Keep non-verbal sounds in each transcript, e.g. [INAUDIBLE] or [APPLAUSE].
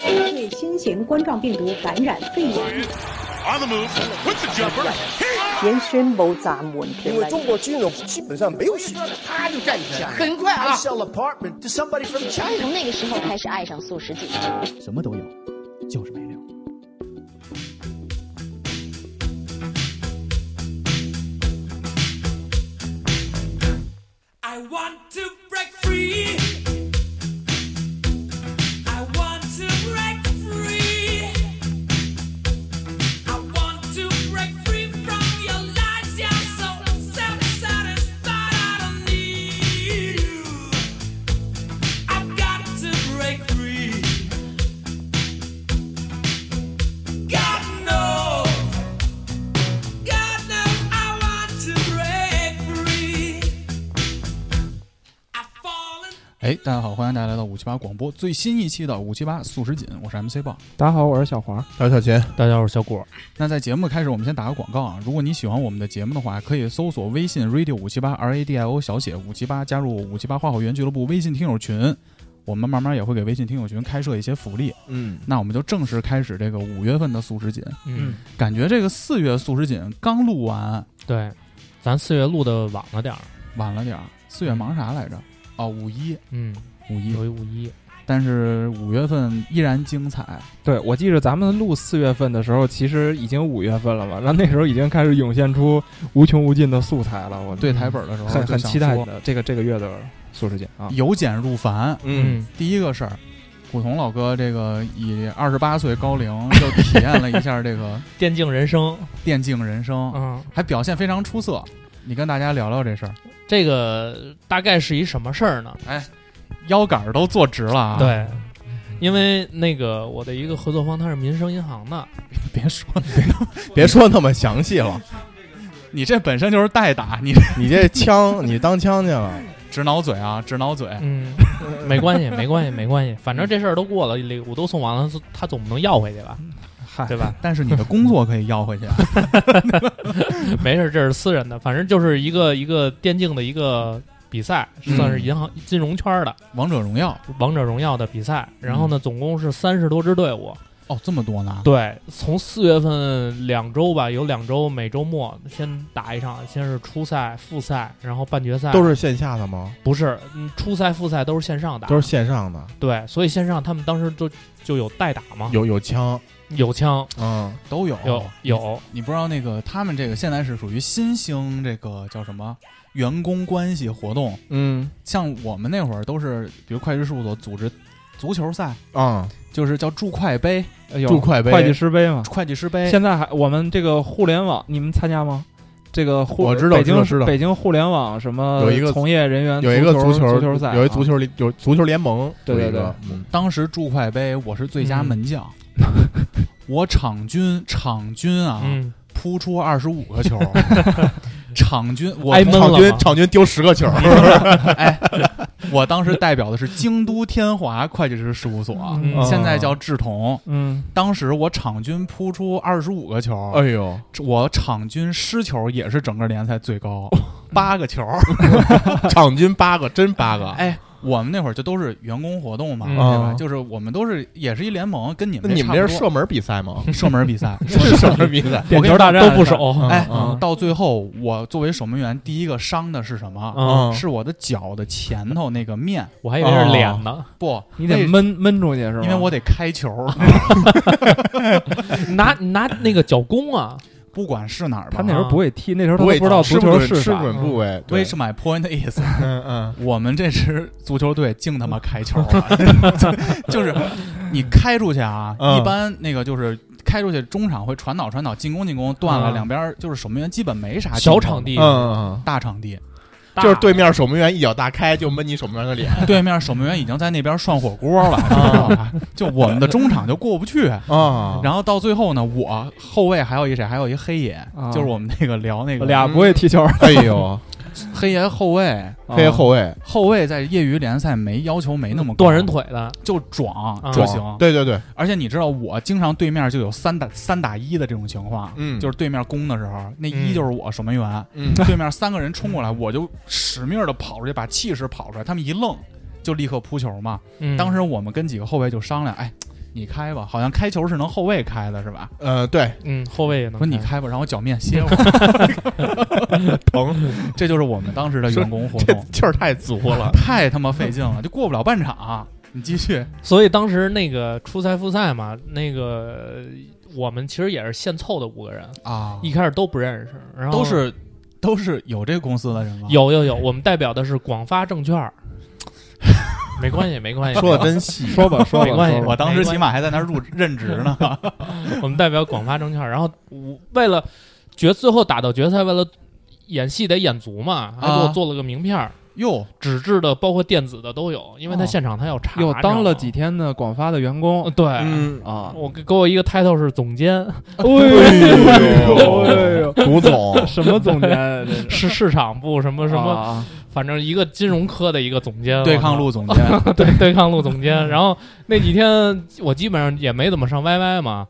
对新型冠状病毒感染肺炎， On the move, with the jumper. He 已宣布暂緩條因为例。中国军人基本上没有喜剧，啪就干一下。很快啊 I sell apartment to somebody from 从 China。那个时候开始爱上素食主义。什么都有，就是没料。 I want to break free. I want to break free. I want to break free from your lies. You're so self-satisfied. I don't need you. I've got to break free. God knows. God knows I want to break free. I've fallen 哎，大家好，欢迎大家来到五七八广播最新一期的五七八素食锦，我是 MC 豹。大家好，我是小华。大小钱，大家好，我是小果。那在节目开始，我们先打个广告啊！如果你喜欢我们的节目的话，可以搜索微信 radio 五七八 R A D I O 小写五七八，加入五七八花好园俱乐部微信听友群。我们慢慢也会给微信听友群开设一些福利。嗯，那我们就正式开始这个五月份的素食锦。嗯，感觉这个四月素食锦刚录完，对，咱四月录的晚了点儿。晚了点儿。四月忙啥来着？哦，五一，嗯，五一。有一五一。但是五月份依然精彩。对，我记着咱们录四月份的时候，其实已经五月份了嘛，那那时候已经开始涌现出无穷无尽的素材了。我对台本的时候很就很想期待说的这个这个月的素食节啊。由简入繁。嗯，第一个事儿，古潼老哥这个以二十八岁高龄又体验了一下这个电竞人生。电竞人 [LAUGHS] 生，嗯，还表现非常出色。你跟大家聊聊这事儿，这个大概是一什么事儿呢？腰杆儿都坐直了啊！，对，因为那个我的一个合作方他是民生银行的， [LAUGHS] 别说了，别说那么详细了，你这本身就是代打，你你这枪你当枪去了，直挠嘴啊，直挠嘴。嗯， [LAUGHS] 没关系，没关系，没关系，反正这事儿都过了，礼物都送完了，他总不能要回去吧？嗨，对吧？但是你的工作可以要回去 [LAUGHS] 啊，没事，这是私人的，反正就是一个一个电竞的一个比赛，嗯算是银行金融圈的。王者荣耀》王者荣耀的比赛，然后呢，总共是三十多支队伍。哦，这么多呢？对，从四月份两周吧，有两周，每周末先打一场，先是初赛、复赛，然后半决赛。都是线下的吗？不是，嗯，初赛、复赛都是线上打，都是线上的，对，所以线上他们当时就就有代打嘛，有有枪，有枪，嗯，都有有有，你不知道那个他们这个现在是属于新兴这个叫什么员工关系活动，嗯，像我们那会儿都是，比如会计事务所组织足球赛，啊，就是叫注会杯、哎呦祝快杯哎会计师杯嘛。会计师杯。现在还我们这个互联网，你们参加吗？这个互我知道北知道京知道北京互联网什么有一个呃从业人员有一个足球足球赛，有一啊足球联有足球联盟，对对有一个嗯当时注会杯我是最佳门将，我场均场均啊、嗯，扑出二十五个 [LAUGHS] 球，场均我挨闷场了均嘛场均丢十个球， [LAUGHS] 哎，我当时代表的是京都天华会计师事务所，嗯现在叫志啊同。嗯，当时我场均扑出二十五个球，哎呦，我场均失球也是整个联赛最 [LAUGHS] 高，八个球。场均八个，真八啊个，哎，我们那会儿就都是员工活动嘛，嗯对吧？哦就是我们都是也是一联盟，跟你那们你们这差是不多射门比赛吗？。[LAUGHS] 射门比赛是 [LAUGHS] 射门比赛， [LAUGHS] 我点跟球你大说战都不守，哎嗯，到最后我作为守门员，第一个伤的是什么？嗯，嗯是我的脚的前头那个面我还以为哦是脸呢，不？你得那闷闷出去是吧？因为我得开球，嗯拿 [LAUGHS] 拿那个脚弓啊，不管是哪儿吧。他那时候不会踢，那时候他不都会不知道足球是是嗯吃啥。准部位，对 Which my point is，嗯嗯，我们这支足球队净他妈开球了， [LAUGHS] 就是你开出去啊，嗯一般那个就是开出去，中场会传导传导，进攻进攻，断了嗯两边儿就是守门员基本没啥进小攻场地，嗯嗯大场地，大就是对面守门员一脚大开就闷你守门员的脸，对面守门员已经在那边涮火锅了，你知道吧？就我们的中场就过不去。啊然后到最后呢，我后卫还有一谁，还有一黑爷，啊就是我们那个聊那个嗯俩不会踢球，哎呦，黑爷后卫，黑后卫后卫在业余联赛没要求没那么高断人，腿的，就壮啊就不行。对对对，而且你知道，我经常对面就有三打三打一的这种情况，嗯就是对面攻的时候，那嗯一就是我守门员，嗯 [LAUGHS] 对面三个人冲过来，我就使命的跑出去，把气势跑出来，他们一愣。就立刻扑球嘛。嗯当时我们跟几个后卫就商量，哎，你开吧，好像开球是能后卫开的是吧？呃，对，嗯后卫也能说你看开吧，让我脚面歇会儿，疼，这就是我们当时的员工活 [LAUGHS] 这动，劲儿太足 [LAUGHS] 了。太他妈费劲了，就过不了半场、你继续，所以当时那个初赛复赛嘛，那个我们其实也是现凑的五个哦人，啊一开始都不认识，然后都是都是哦有这个公司的人吗？有有有，我们代表的是广发证券儿， [LAUGHS] 没关系没关系，说的真细，说吧，说吧，没关系说吧我当时起码还在那儿入任职呢。我们代表广发证券儿，然后我为了决最后打到决赛，为了演戏得演足嘛，还给我啊做了个名片儿， [LAUGHS] 哟，纸质的包括电子的都有，因为他哦现场他要查，又你知道当了吗几天的广发的员工呃对。嗯，啊，我给给我一个 title 是总监，哎呦， [LAUGHS] 古总，什么总监啊？这是市市场部什么什么，啊反正一个金融科的一个总监， [LAUGHS] 对抗我路总 [LAUGHS] 监，操 [LAUGHS] 对对抗路总监。 [LAUGHS] 然后那几天我基本上也没怎么上 YY 嘛，啊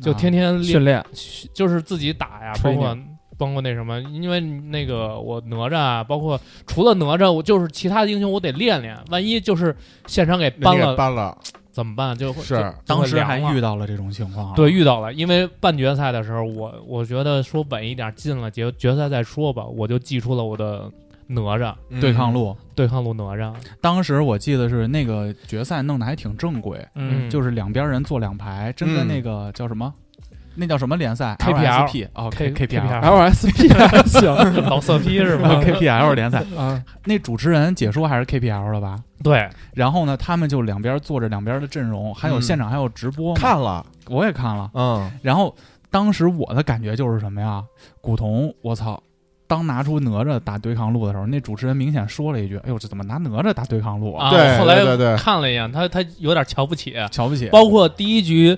就天天练训练就是自己打呀，包吹牛括包括那什么，因为那个我哪吒啊，包括除了哪吒，我就是其他的英雄我得练练，万一就是现场给搬人家了给搬了，怎么办？就会是就就会当时凉还了遇到了这种情况啊。对遇到了，因为半决赛的时候，我我觉得说稳一点，进了决决赛再说吧，我就寄出了我的哪吒对嗯抗路，对抗路哪啊 [LAUGHS] 吒，当时我记得是那个决赛弄得还挺正规，嗯就是两边人坐两排，真跟嗯那个叫什么，那叫什么联赛 KPL p 哦 K- KPL KPL ，LSP 还 [LAUGHS] 行老色批是 [LAUGHS] 吧？ KPL 联赛，啊，那主持人解说还是 KPL 的吧？对，然后呢，他们就两边坐着两边的阵容，还有嗯现场还有直播嘛，看了，我也看了。嗯，然后当时我的感觉就是什么呀？古潼，我操！当拿出哪吒打对抗路的时候，那主持人明显说了一句：“哎呦，这怎么拿哪吒打对抗路啊，对我后来对对对看了一眼，他他有点瞧不起，瞧不起。”包括第一局，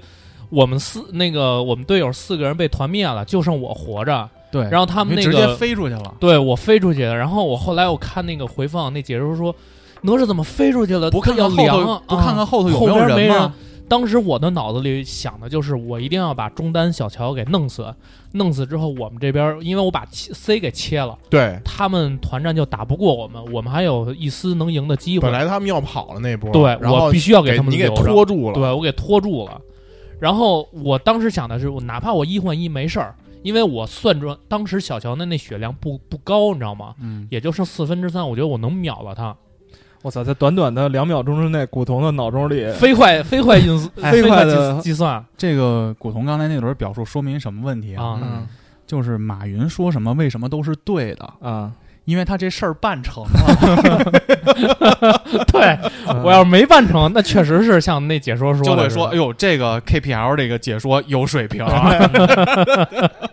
我们四那个我们队友四个人被团灭了，就剩我活着。对，然后他们你那直个接飞出去了，对我飞出去的，然后我后来我看那个回放，那解说说哪吒怎么飞出去了？不看要看后凉头啊，，不看看后头有后没有边没人吗？当时我的脑子里想的就是，我一定要把中单小乔给弄死，弄死之后，我们这边因为我把切 C 给切了，对，他们团战就打不过我们，我们还有一丝能赢的机会本。来他们要跑了那波，对然我后必须要给给他们你给留着拖住了，嗯对我给拖住了。然后我当时想的是，我哪怕我一换一没事儿，因为我算着当时小乔的那血量不不高，你知道吗？嗯，也就剩四分之三，我觉得我能秒了他。我操，在短短的两秒钟之内，古潼的脑中里飞快飞快因素， [LAUGHS] 哎飞飞快计的计算这个古潼刚才那轮表述说明什么问题啊？啊，嗯就是马云说什么为什么都是对的，啊，因为他这事儿办 [LAUGHS] 成了。啊 [LAUGHS] 对我要是没办成，那确实是像那解说说就的会似说：“的哎呦，这个 KPL 这个解说有水平啊！”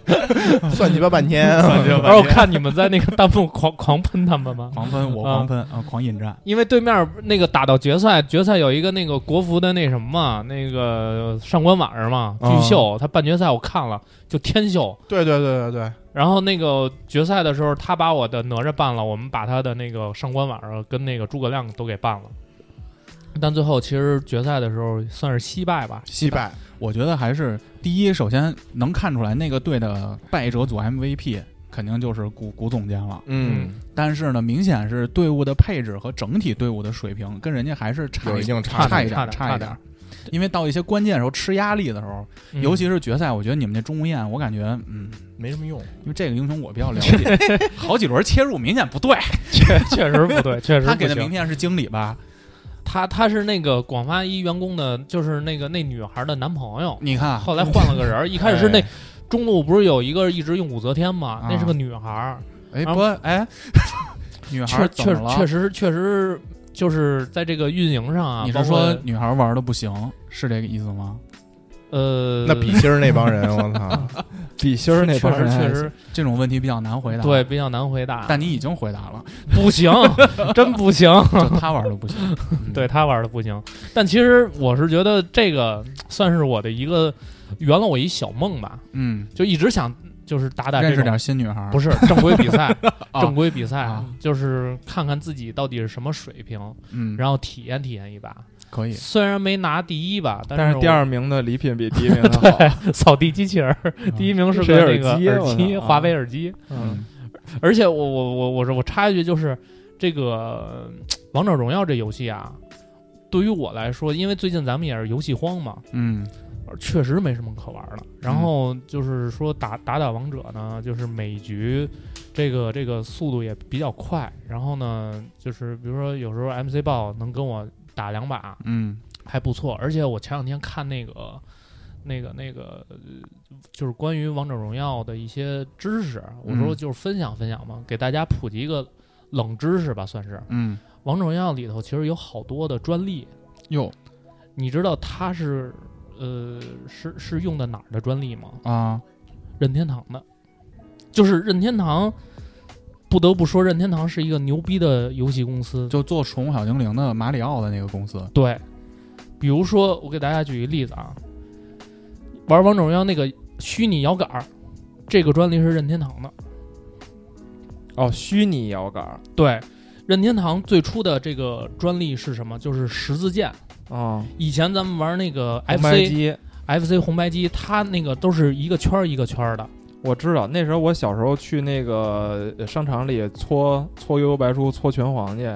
[LAUGHS] 算计吧半天，然 [LAUGHS] 后我看你们在那个弹幕狂狂喷他们吗？狂 [LAUGHS] 喷，我啊狂喷啊，狂引战。因为对面那个打到决赛，决赛有一个那个国服的那什么嘛，那个上官婉儿嘛，啊嗯巨秀，他半决赛我看了，就天秀。对对对对对，然后那个决赛的时候，他把我的哪吒办了，我们把他的那个上官婉儿跟那个诸葛亮都给办了。但最后其实决赛的时候算是惜败吧，击败，我觉得还是第一，首先能看出来那个队的败者组 MVP 肯定就是古古总监了。嗯，但是呢，明显是队伍的配置和整体队伍的水平跟人家还是差有一一点，定差差距，一差点，点差差一点点。因为到一些关键时候吃压力的时候，嗯尤其是决赛，我觉得你们那钟无艳，我感觉嗯，没什么用，因为这个英雄我比较 [LAUGHS] 了解，好几轮切入明显不对，确 [LAUGHS] 确实 [LAUGHS] 不对，确实他不给的行名。片是经理吧？他他是那个广发一员工的，就是那个那女孩的男朋友，你看，后来换了个人儿。一开始是那哎中路不是有一个一直用武则天吗啊？那是个女孩儿，哎然不后哎， [LAUGHS] 女孩啊确儿怎么了确确实确实就是在这个运营上啊，你包是括说女孩玩的不行，是这个意思吗？呃，那比心儿那帮人，我操，比心儿那确帮实人还确行实这种问题比较难回答。对，比较难回答，但你已经回答了，[LAUGHS] 不行，真不行，就他玩的不行。 [LAUGHS] 嗯对，他玩的不行。但其实我是觉得这个算是我的一个圆了我一小梦吧，嗯，就一直想就是打打这认识种点新女孩儿，不是是正规比赛， [LAUGHS] 啊正规比赛、啊就是看看自己到底是什么水平，嗯，然后体验体验一把。可以虽然没拿第一吧，但是是第二名的礼品比第一 [LAUGHS] 名的好，啊我扫地机器人儿，第一名是谁个耳那个机啊我耳机，操啊华为耳机。嗯，而且我我我我是我插一句，就是这个王者荣耀这游戏啊，对于我来说，因为最近咱们也是游戏荒嘛，嗯确实没什么可玩的。嗯然后就是说打打打王者呢，就是每局这个这个速度也比较快。然后呢，就是比如说有时候 MC 豹能跟我打两把嗯还不错，而且我前两天看那个。那个那个，呃就是关于王者荣耀的一些知识，我说嗯就是分享分享嘛，给大家普及一个冷知识吧，算是。嗯，王者荣耀里头其实有好多的专利，哟你知道它是呃是是用的哪儿的专利吗？啊，任天堂的，就是任天堂，不得不说任天堂是一个牛逼的游戏公司。就做宠物小精灵的马里奥的那个公司，对，比如说我给大家举一例子啊，玩王者荣耀那个虚拟摇杆儿，这个专利是任天堂的。哦，虚拟摇杆儿对，任天堂最初的这个专利是什么？就是十字键。啊，以前咱们玩那个红白 FC 机 FC 红白机，它那个都是一个圈儿一个圈儿的。 [LAUGHS] 我知道，那时候我小时候去那个呃商场里搓搓悠悠白书、搓拳皇去，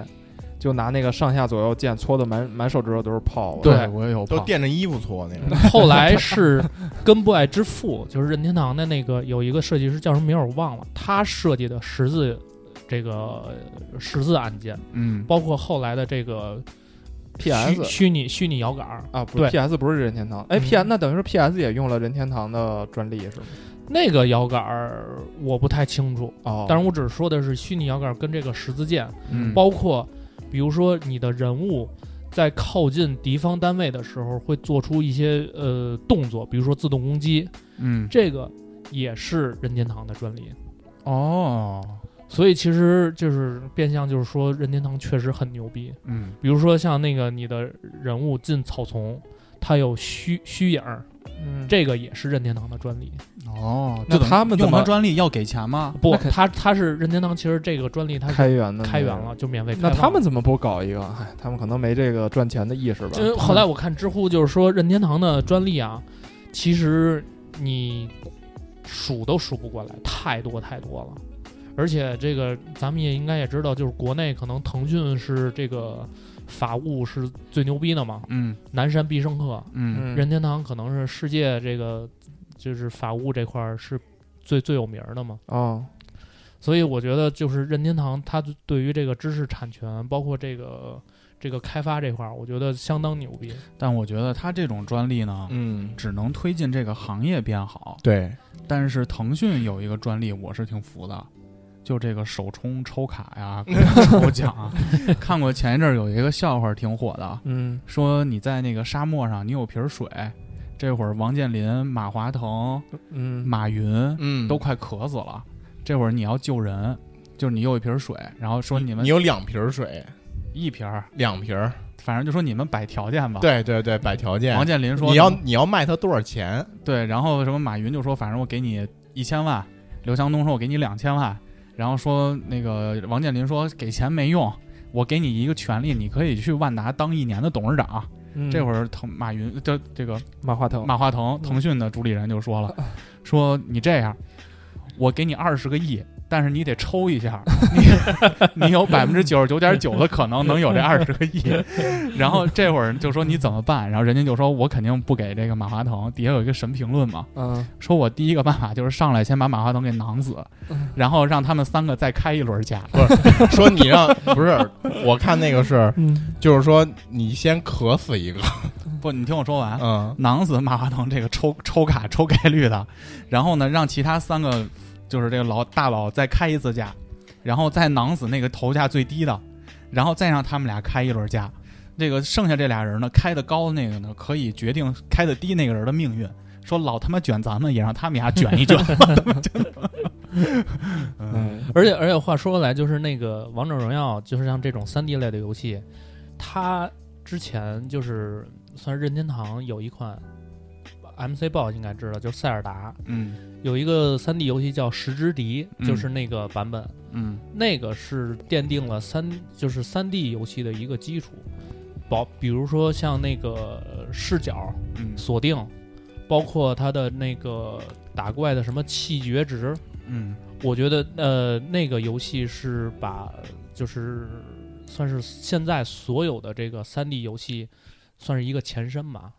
就拿那个上下左右键搓的满满手指头都是泡。对我也有都泡垫着衣服搓那种。后来是根部爱之父，就是任天堂的那个有一个设计师叫什么名儿我忘了，他设计的十字这个呃十字按键，嗯包括后来的这个虚 PS 虚拟虚拟摇杆儿，啊，不是对 PS 不是任天堂，哎嗯，PS 那等于说 PS 也用了任天堂的专利是吗？那个摇杆儿我不太清楚，哦，但是我只是说的是虚拟摇杆儿跟这个十字键，嗯，包括比如说你的人物。在靠近敌方单位的时候，会做出一些呃动作，比如说自动攻击，嗯这个也是任天堂的专利。哦所以其实就是变相就是说，任天堂确实很牛逼。嗯比如说像那个你的人物进草丛，它有虚虚影儿，嗯这个也是任天堂的专利。哦，那这等于他们怎用么他专利要给钱吗？不，那肯它它是任天堂，其实这个专利它开是源的开源那了，就免费个。开那放他们怎么不搞一个？哎，他们可能没这个赚钱的意识吧。因为后来我看知乎就是说，任天堂的专利啊，其实你数都数不过来，太多太多了。而且这个咱们也应该也知道，就是国内可能腾讯是这个法务是最牛逼的嘛，嗯南山必胜客，嗯嗯任天堂可能是世界这个就是法务这块儿是最最有名儿的嘛。哦，所以我觉得就是任天堂，它对于这个知识产权，包括这个这个开发这块儿，我觉得相当牛逼。但我觉得他这种专利呢，嗯，只能推进这个行业变好。对，但是腾讯有一个专利，我是挺服的，就这个首充抽卡呀、 [LAUGHS] 抽奖 [LAUGHS] 啊。看过前一阵儿有一个笑话挺火的，嗯，说你在那个沙漠上，你有瓶水，这会儿王健林、马化腾、嗯，马云嗯都快渴死了，这会儿你要救人，就是你有一瓶水，然后说你们你有两瓶水，一瓶儿，两瓶儿。反正就说你们摆条件吧。，对对对，摆条件。王健林说你要你要卖他多少钱？ [LAUGHS] 对，然后什么马云就说，反正我给你一千万，刘强东说我给你两千万，然后说那个王健林说给钱没用，我给你一个权利，你可以去万达当一年的董事长。嗯这会儿儿腾马云这这个嗯马化哦腾，马化腾腾讯的主理人就说了，说你这样，我给你二十个亿。但是你得抽一下，你你有百分之九十九点九的可能能有这二十个亿，然后这会儿就说你怎么办？然后人家就说我肯定不给这个马化腾，底下有一个神评论嘛，嗯，说我第一个办法就是上来先把马化腾给囊死，然后让他们三个再开一轮价。说你让不是？我看那个是，嗯，就是说你先渴死一个，不，你听我说完，啊嗯，囊死马化腾这个抽抽卡抽概率的，然后呢，让其他三个就是这个老大佬再开一次价，然后再囊死那个头价最低的，然后再让他们俩开一轮价。这个剩下这俩人呢，开的高的那个呢，可以决定开的低那个人的命运。说老他妈卷咱们，也让他们俩卷一卷。嗯而且而且话说回来，就是那个王者荣耀，就是像这种三 D 类的游戏，它之前就是算是任天堂有一款 MC 豹应该知道，就是塞尔达 [LAUGHS] 嗯有一个三 D 游戏叫《十之敌》，嗯就是那个版本，嗯那个是奠定了三就是三 D 游戏的一个基础。保比如说像那个呃视角嗯锁定，包括它的那个打怪的什么气绝值，嗯我觉得呃，那个游戏是把就是算是现在所有的这个三 D 游戏算是一个前身吧。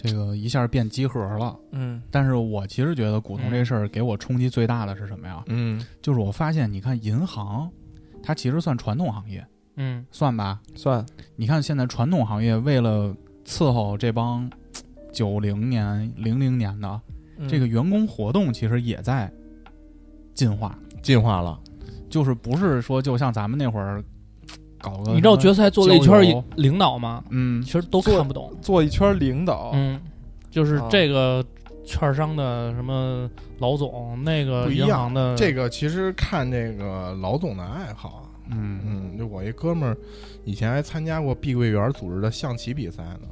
这个一下变集合了。嗯但是我其实觉得古铜这事儿给我冲击最大的是什么呀？嗯，就是我发现，你看银行，它其实算传统行业，嗯算吧？算你看现在传统行业为了伺候这帮九零年、零零年的嗯这个员工活动，其实也在进化，进化了，就是不是说就像咱们那会儿搞个，你知道决赛做了一交圈友领导吗？嗯其，实都做看不懂。做一圈领导，嗯，就是啊这个券商的什么老总，那个不一银样行的这个其实看这个老总的爱好啊。嗯嗯，就我一哥们儿，以前还参加过碧桂园组织的象棋比赛呢，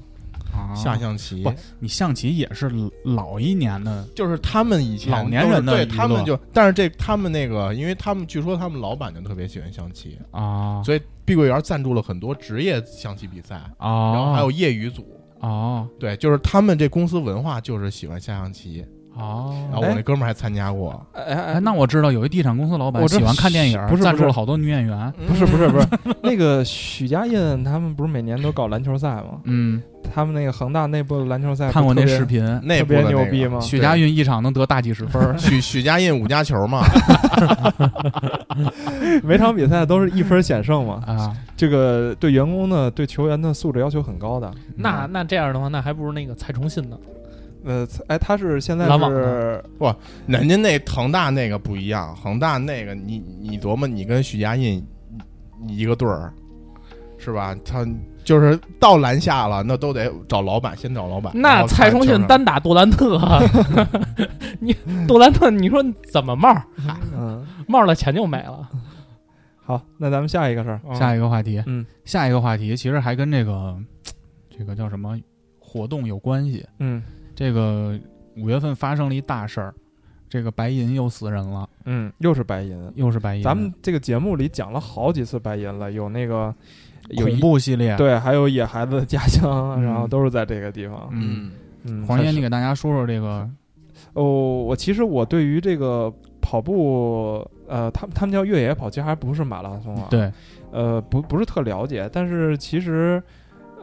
啊下象棋不。你象棋也是老一年的，就是他们以前老年人的都是娱对乐他们就，但是这他们那个，因为他们据说他们老板就特别喜欢象棋，啊所以碧桂园赞助了很多职业象棋比赛，啊，然后还有业余组。哦对，就是他们这公司文化就是喜欢下象棋，然后哦，啊我那哥们儿还参加过。哎哎哎，哎，那我知道有一地产公司老板我这喜欢看电影，不是赞助不了是好多女演员，不是不是不是， [LAUGHS] 那个许家印他们不是每年都搞篮球赛吗？嗯，他们那个恒大内部的篮球赛，看过那视，频，那哎特部的别嗯那牛个，逼吗？许家印一场能得大几十分 [LAUGHS] 儿 [LAUGHS] 许许家印五加球嘛，每场比赛都是一分险胜嘛。啊，这个对员工的、对球员的素质要求很高的。那那这样的话，那还不如那个蔡崇信呢。 [LAUGHS] 呃，哎，他是现在篮网是人家那恒大那个不一样，恒大那个你你琢磨，你跟许家印一个队儿，是吧？他就是到篮下了，那都得找老板，先找老板。然那后蔡才崇就是信单打杜兰特，啊 [LAUGHS] 你杜兰特，你说怎么冒嗯，冒了钱就没了？好，那咱们下一个事儿，下一个话题，哦嗯，下一个话题其实还跟这个这个叫什么活动有关系。嗯这个五月份发生了一大事儿，这个白银又死人了，嗯，又是白银。又是白银。咱们这个节目里讲了好几次白银了，有那个有恐一怖系列，，对，还有野孩子的家乡，嗯然后都是在这个地方。嗯，嗯，黄还爷，是你给大家说说这个，哦，我其实我对于这个跑步，呃，他们他们叫越野跑，其实还不是马拉松啊。，对，呃，不不是特了解，但是其实，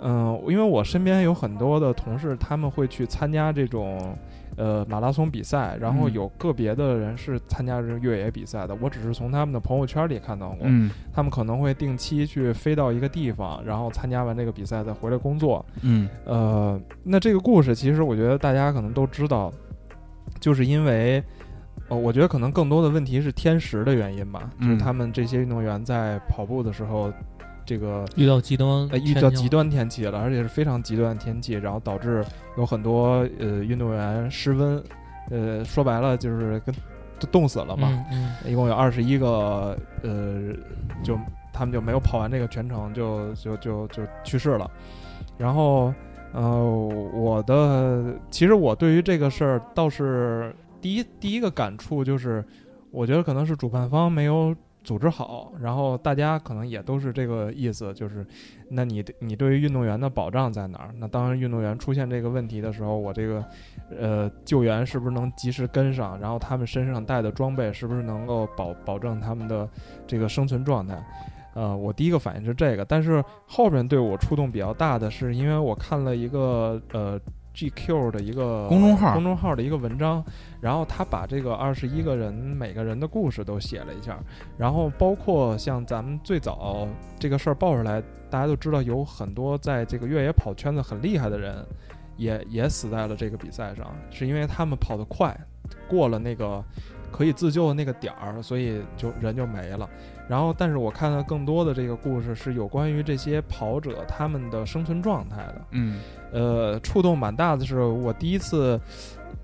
嗯、因为我身边有很多的同事，他们会去参加这种。呃，马拉松比赛，然后嗯有个别的人是参加这种越野比赛的，我只是从他们的朋友圈里看到过，嗯他们可能会定期去飞到一个地方，然后参加完这个比赛再回来工作，嗯呃，那这个故事其实我觉得大家可能都知道，就是因为，呃，我觉得可能更多的问题是天时的原因吧，就是嗯他们这些运动员在跑步的时候，这个遇到极端呃，遇到极端天气了，而且是非常极端的天气，然后导致有很多呃运动员失温，呃，说白了就是跟都冻死了嘛。嗯嗯一共有二十一个，呃，就他们就没有跑完这个全程，就就就就去世了。然后，呃，我的其实我对于这个事儿倒是第一第一个感触就是，我觉得可能是主办方没有组织好，然后大家可能也都是这个意思，就是，那你你对于运动员的保障在哪儿？那当运动员出现这个问题的时候，我这个呃救援是不是能及时跟上？然后他们身上带的装备是不是能够保保证他们的这个生存状态？呃，我第一个反应是这个，但是后边对我触动比较大的是，因为我看了一个呃 GQ 的一个公众号公众号的一个文章，然后他把这个二十一个人每个人的故事都写了一下，然后包括像咱们最早这个事儿爆出来，大家都知道有很多在这个越野跑圈子很厉害的人，也也死在了这个比赛上，是因为他们跑得快，过了那个可以自救的那个点儿，所以就人就没了。然后，但是我看到更多的这个故事是有关于这些跑者他们的生存状态的，嗯呃，触动蛮大的是，我第一次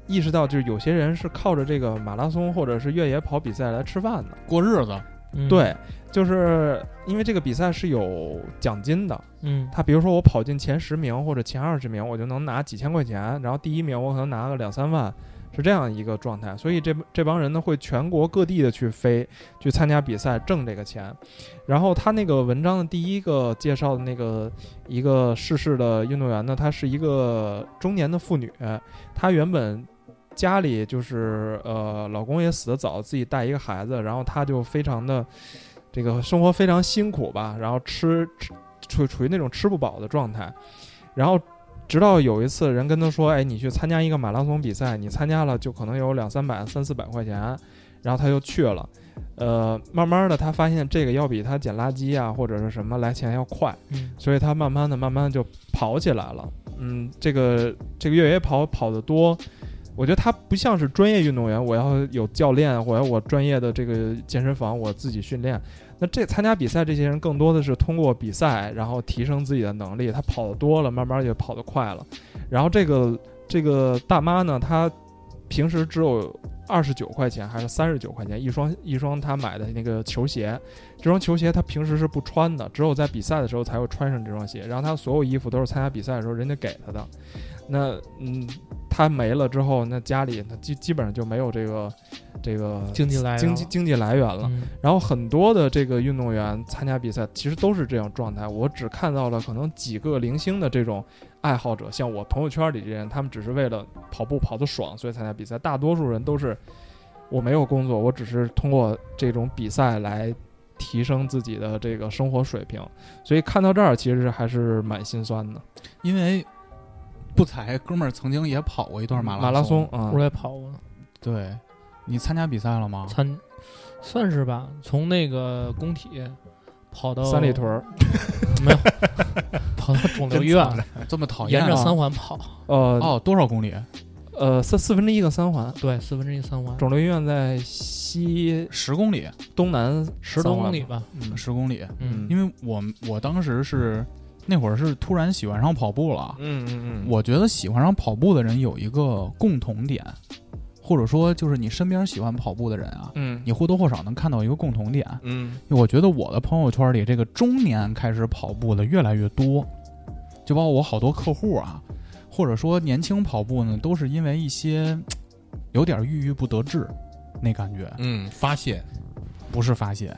意识到，就是有些人是靠着这个马拉松或者是越野跑比赛来吃饭的。过日子，嗯，对，就是因为这个比赛是有奖金的，嗯他比如说我跑进前十名或者前二十名，我就能拿几千块钱，然后第一名我可能拿个两三万，是这样一个状态。所以这这帮人呢会全国各地的去飞，去参加比赛挣这个钱。然后他那个文章的第一个介绍的那个一个逝世的运动员呢，她是一个中年的妇女，她原本。家里就是呃，老公也死得早，自己带一个孩子，然后她就非常的这这个生活非常辛苦吧，然后吃吃处处于那种吃不饱的状态，然后直到有一次人跟他说，哎，你去参加一个马拉松比赛，你参加了就可能有两三百、三四百块钱，然后他就去了，呃，慢慢的他发现这个要比他捡垃圾啊或者是什么来钱要快，嗯所以他慢慢的、慢慢地就跑起来了。嗯，这个这个越野跑跑得多，我觉得他不像是专业运动员，我要有教练，我要我专业的这个健身房，我自己训练。那这参加比赛这些人更多的是通过比赛，然后提升自己的能力。他跑得多了，慢慢就跑得快了。然后这个这个大妈呢，她平时只有二十九块钱还是三十九块钱一双一双她买的那个球鞋，这双球鞋她平时是不穿的，只有在比赛的时候才会穿上这双鞋。然后她所有衣服都是参加比赛的时候人家给她的。那嗯，她没了之后，那家里那基基本上就没有这个这个嗯经济来源经济了经济来源了。嗯然后很多的这个运动员参加比赛，其实都是这样状态。我只看到了可能几个零星的这种爱好者，像我朋友圈里这些人，他们只是为了跑步跑得爽，所以参加比赛。大多数人都是我没有工作，我只是通过这种比赛来提升自己的这个生活水平。所以看到这儿，其实还是蛮心酸的。因为不才哥们儿曾经也跑过一段马拉马拉松松，啊我，也跑过，对你参加比赛了吗？参算是吧，从那个工体跑到三里屯，儿，没有，跑到肿瘤医院， [LAUGHS] 这么讨厌沿着啊三环跑，呃哦，多少公里？呃，四四分之一个三环。对，四分之一三环，肿瘤医院在西十公里，东南十多公里吧，三环吧，十公里。呃嗯嗯，因为我我当时是那会儿是突然喜欢上跑步了，嗯嗯我觉得喜欢上跑步的人有一个共同点，或者说就是你身边喜欢跑步的人啊，嗯，你或多或少能看到一个共同点。嗯我觉得我的朋友圈里这个中年开始跑步的越来越多，就包括我好多客户啊，或者说年轻跑步呢，都是因为一些嘖有点郁郁不得志那感觉，嗯，发泄，不是发泄。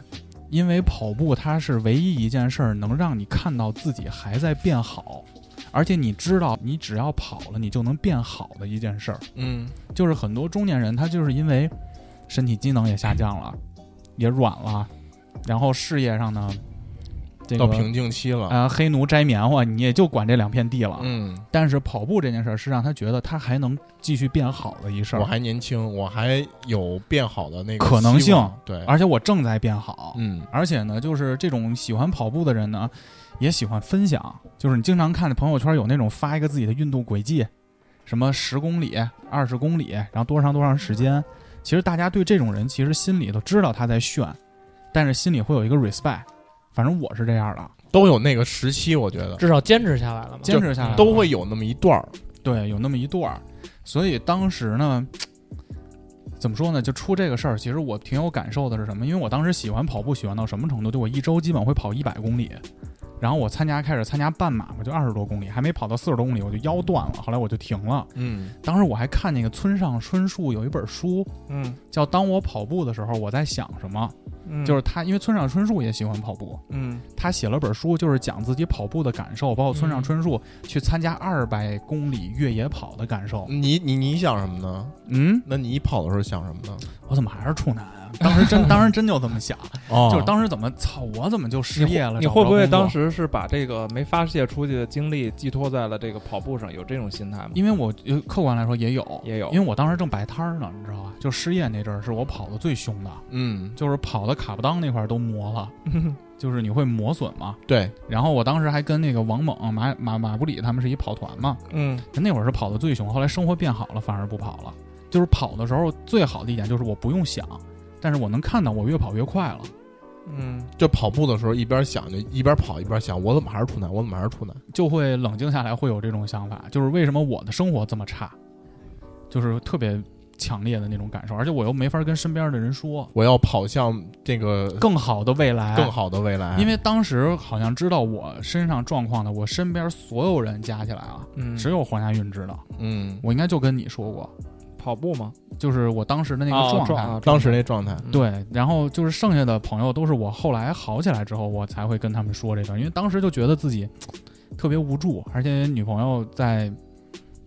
因为跑步它是唯一一件事儿能让你看到自己还在变好，而且你知道你只要跑了你就能变好的一件事儿。嗯就是很多中年人他就是因为身体机能也下降了，也软了，然后事业上呢，这个到瓶颈期了，啊、黑奴摘棉花，你也就管这两片地了。嗯，但是跑步这件事儿是让他觉得他还能继续变好的一事我儿，还年轻，我还有变好的那个可能希望性对，而且我正在变好。嗯而且呢，就是这种喜欢跑步的人呢，也喜欢分享。就是你经常看朋友圈有那种发一个自己的运动轨迹，什么十公里、二十公里，然后多长多长时间。其实大家对这种人其实心里都知道他在炫，但是心里会有一个 respect。反正我是这样的，都有那个时期，我觉得至少坚持下来了嘛。坚持下来了都会有那么一段儿，对，有那么一段儿。所以当时呢，怎么说呢？就出这个事儿，其实我挺有感受的是什么？因为我当时喜欢跑步，喜欢到什么程度？就我一周基本会跑一百公里，然后我参加开始参加半马，我就二十多公里，还没跑到四十多公里，我就腰断了，后来我就停了。嗯当时我还看那个村上春树有一本书，嗯，叫《当我跑步的时候，我在想什么》，嗯就是他，因为村上春树也喜欢跑步，嗯他写了本书，就是讲自己跑步的感受，包括村嗯上春树去参加二百公里越野跑的感受。你你你想什么呢？嗯，那你跑的时候想什么呢？我怎么还是处男啊？当时 [LAUGHS] 真，当时真就这么想，哦就是当时怎么操，我怎么就失业了？找你着会不会工作当？时是把这个没发泄出去的精力寄托在了这个跑步上？有这种心态吗？因为我呃客观来说也有，也有因为我当时正摆摊儿呢，你知道吧？就失业那阵儿是我跑的最凶的，嗯，就是跑的卡布裆那块儿都磨 [LAUGHS] 了，嗯就是你会磨损嘛。对，然后我当时还跟那个王猛、马马马布里他们是一跑团嘛，嗯那会儿是跑的最凶，后来生活变好了，反而不跑了。就是跑的时候最好的一点就是我不用想，但是我能看到我越跑越快了。嗯就跑步的时候一边想就一边跑一边想，我怎么还是处男？我怎么还是处男？就会冷静下来，会有这种想法，就是为什么我的生活这么差，就是特别强烈的那种感受，而且我又没法跟身边的人说我要跑向这个更好的未来，更。好的未哎来，因为当时好像知道我身上状况的，我身边所有人加起来啊，嗯，只有黄家韵知道。嗯，我应该就跟你说过，跑步吗？就是我当时的那哦个状态。啊当时那状态，对，然后就是剩下的朋友都是我后来好起来之后，我才会跟他们说这事儿，因为当时就觉得自己特别无助，而且女朋友在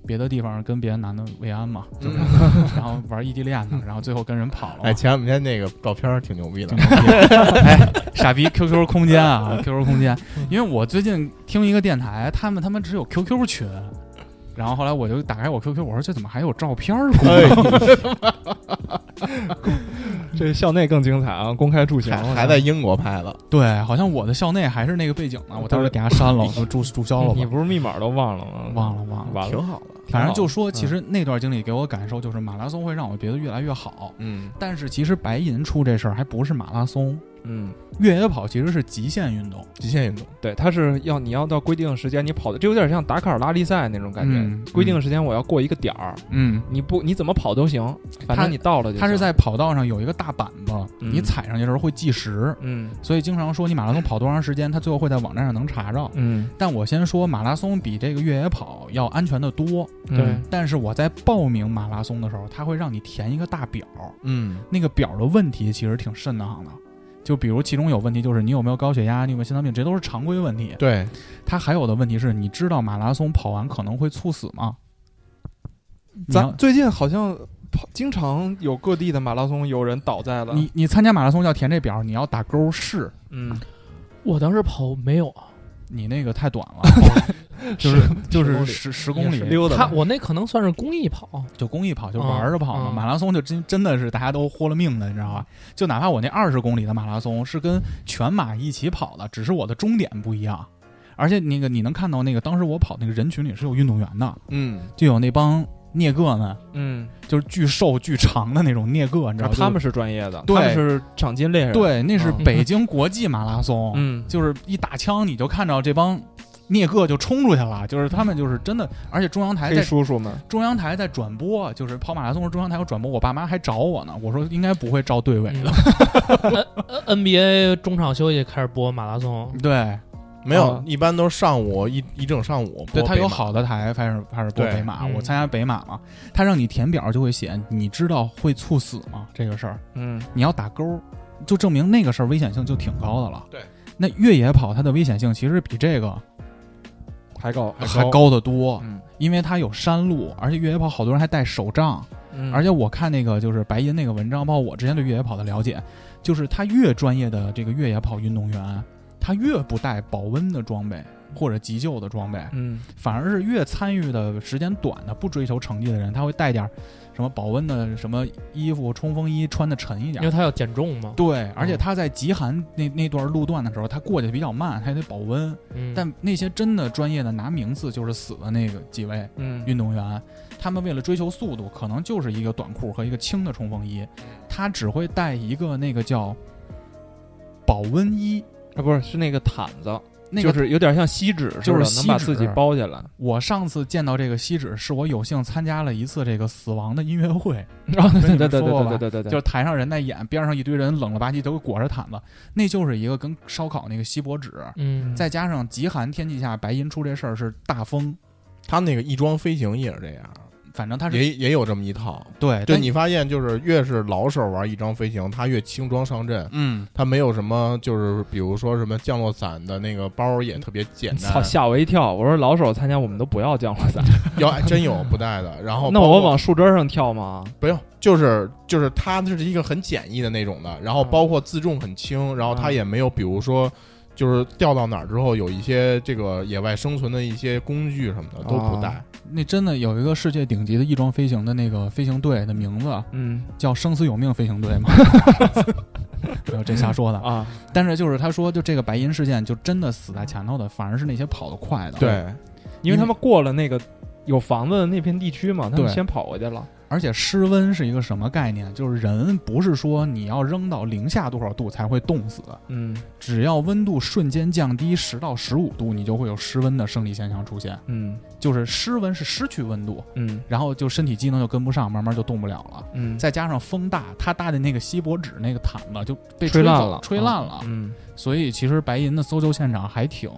别的地方跟别的男的为安嘛，就是嗯 [LAUGHS] 然后玩异地恋呢，然后最后跟人跑了嘛。哎，前两天那个照片儿挺牛逼挺，的牛逼 [LAUGHS] 哎，傻逼！QQ 空间啊，QQ 空间，因为我最近听一个电台，他们他们只有 QQ 群，然后后来我就打开我 QQ，我说这怎么还有照片儿功哎能？ [LAUGHS] 这校内更精彩啊！公开出行还还在英国拍的，对，好像我的校内还是那个背景呢，我当时给他删了，我说注注销了吧你，不是密码都忘了吗？忘了忘了。完了，挺好的。反正就说，嗯其实那段经历给我感受就是马拉松会让我觉得越来越好，嗯，但是其实白银出这事儿还不是马拉松，嗯，越野跑其实是极限运动，极限运动，对，它是要你要到规定的时间你跑的，这有点像达喀尔拉力赛那种感觉。嗯规定的时间我要过一个点儿，嗯，你不你怎么跑都行，反它正你到了就行。它是在跑道上有一个大板子，嗯你踩上去的时候会计时，嗯所以经常说你马拉松跑多长时间，它最后会在网站上能查着。嗯但我先说马拉松比这个越野跑要安全的多，对但是我在报名马拉松的时候，它会让你填一个大表，嗯，那个表的问题其实挺瘆得慌的。就比如其中有问题就是你有没有高血压，你有没有心脏病，这都是常规问题。对，它还有的问题是你知道马拉松跑完可能会猝死吗？你要咱最近好像跑，经常有各地的马拉松有人倒在了。你你参加马拉松要填这表，你要打勾是，嗯，我当时跑没有啊，你那个太短 [LAUGHS] 了， [LAUGHS] 就是就是十十公也是里，溜达他吧我那可能算是公益跑，就公益跑，就玩着跑嘛。嗯嗯马拉松就真真的是大家都豁了命的，你知道吧？就哪怕我那二十公里的马拉松是跟全马一起跑的，只是我的终点不一样。而且那个你能看到那个当时我跑那个人群里是有运动员的，嗯，就有那帮聂个们，嗯，就是巨瘦巨长的那种聂个，你知然道吧啊后他们是专业的，对他们是赏金猎人。就，对，那是嗯北京国际马拉松，嗯，就是一打枪你就看到这帮聂个就冲出去了，就是他们就是真的，而且中央台黑在叔叔们，中央台在转播，就是跑马拉松时中央台有转播，我爸妈还找我呢，我说应该不会照队尾的，呃 NBA 中场休息开始播马拉嗯松， [LAUGHS] 对，没有啊，一般都是上午一一整上午播北对马，他有好的台开始开始播对北马，嗯我参加北马嘛，他让你填表就会写，你知道会猝死吗？这个事儿嗯，你要打勾，就证明那个事儿危险性就挺高的了。对，那越野跑它的危险性其实比这个还高还，高得多，嗯因为它有山路，而且越野跑好多人还带手杖。嗯，而且我看那个就是白银那个文章，包括我之前对越野跑的了解，就是他越专业的这个越野跑运动员，他越不带保温的装备或者急救的装备，嗯反而是越参与的时间短的、不追求成绩的人，他会带点儿什么保温的什么衣服、冲锋衣，穿的沉一因点为儿。他要减重嘛。对，而且他在极寒那那段路段的时候，他过去比较慢，还得保温。嗯，但那些真的专业的拿名次就是死的那个几位，嗯运动员，他们为了追求速度，可能就是一个短裤和一个轻的冲锋衣，嗯他只会带一个那个叫保温衣，啊不是是那个毯子，那个。就是有点像锡纸似的，就是锡能把纸自己包起来。我上次见到这个锡纸，是我有幸参加了一次这个死亡的音乐 [LAUGHS] 会，啊，对对跟你们对对说过吧对对对对，就是台上人在演，边上一堆人冷了吧唧都裹着毯子，那就是一个跟烧烤那个锡箔纸，嗯，再加上极寒天气下白银出这事儿是大风，他那个翼装飞行也是这样，反正他是哎也也有这么一套。对对但你发现，就是越是老手玩翼装飞行，他越轻装上阵，嗯，他没有什么就是比如说什么降落伞的那个包也特别 [LAUGHS] 简操，单。吓我一跳！我说老手参啊 [LAUGHS] 加我们都不要降落伞，要哎真有不带的，然后那包我括往树枝上跳吗？不用，就是就是它是一个很简易的那种的，然后包括自重很轻，然后它也没有比如说就是掉到哪儿之后有一些这个野外生存的一些工具什么的都不带啊。那真的有一个世界顶级的翼装飞行的那个飞行队的名字，啊嗯叫“生死有命飞行队”吗？ [LAUGHS] 没有这 [LAUGHS] 瞎说的。啊，但是就是他说，就这个白银事件，就真的死在前头的，反而是那些跑得快的。，对，因为他们过了那个有房子的那片地区嘛，他们对先跑过去了。而且失温是一个什么概念？就是人不是说你要扔到零下多少度才会冻死，嗯只要温度瞬间降低十到十五度，你就会有失温的生理现象出现。嗯就是失温是失去温度，嗯然后就身体机能就跟不上，慢慢就动不了了。嗯，再加上风大，他搭的那个锡箔纸那个毯子就被吹烂走了吹嗯烂了。嗯所以其实白银的搜救现场还挺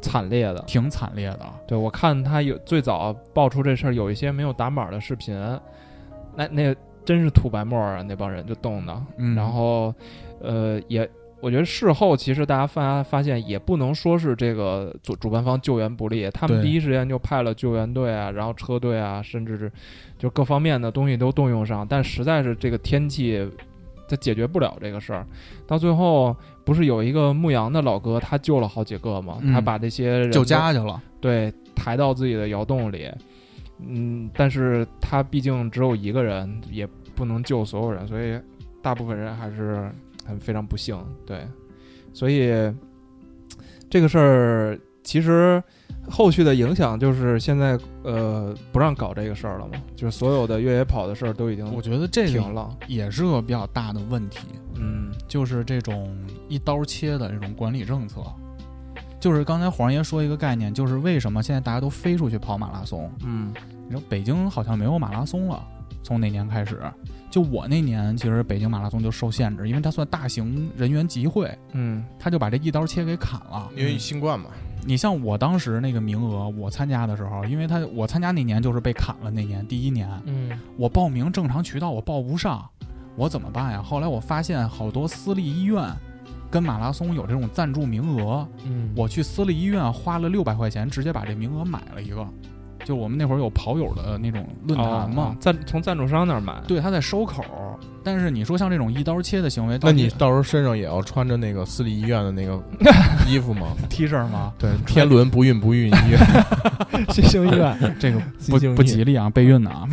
惨烈的。挺惨烈的。对，我看他有最早爆出这事儿，有一些没有打码的视频，那那真是吐白沫儿啊，那帮人就冻的。嗯然后，呃，也我觉得事后其实大家发发现也不能说是这个主主办方救援不力，他们对第一时间就派了救援队啊，然后车队啊，甚至是就各方面的东西都动用上，但实在是这个天气它解决不了这个事儿，到最后不是有一个牧羊的老哥他救了好几个嘛，嗯他把这些人救都家去了。对抬到自己的窑洞里，嗯，但是他毕竟只有一个人，也不能救所有人，所以大部分人还是很非常不幸，对，所以这个事儿其实后续的影响就是现在呃不让搞这个事儿了嘛，就是所有的越野跑的事儿都已经我觉得这停个嗯了，也是个比较大的问题，嗯就是这种一刀切的这种管理政策。就是刚才黄爷说一个概念，就是为什么现在大家都飞出去跑马拉松？嗯你说北京好像没有马拉松了，从哪年开始？就我那年，其实北京马拉松就受限制，因为它算大型人员集会，嗯他就把这一刀切给砍了。因为新冠嘛，你像我当时那个名额，我参加的时候，因为他我参加那年就是被砍了，那年第一年嗯，我报名正常渠道我报不上，我怎么办呀？后来我发现好多私立医院跟马拉松有这种赞助名额，嗯，我去私立医院花了六百块钱，直接把这名额买了一个。就我们那会儿有跑友的那种论坛嘛，哦赞从赞助商那儿 [LAUGHS] 买，对，他在收口。但是你说像这种一刀切的行为，那到底 [LAUGHS] 你到时候身上也要穿着那个私立医院的那个衣服吗？ T 恤吗？对，天伦不孕不育医院，新兴 [LAUGHS] 医院，这个新 [LAUGHS] 不兴不医院吉利嗯啊，备孕呢啊。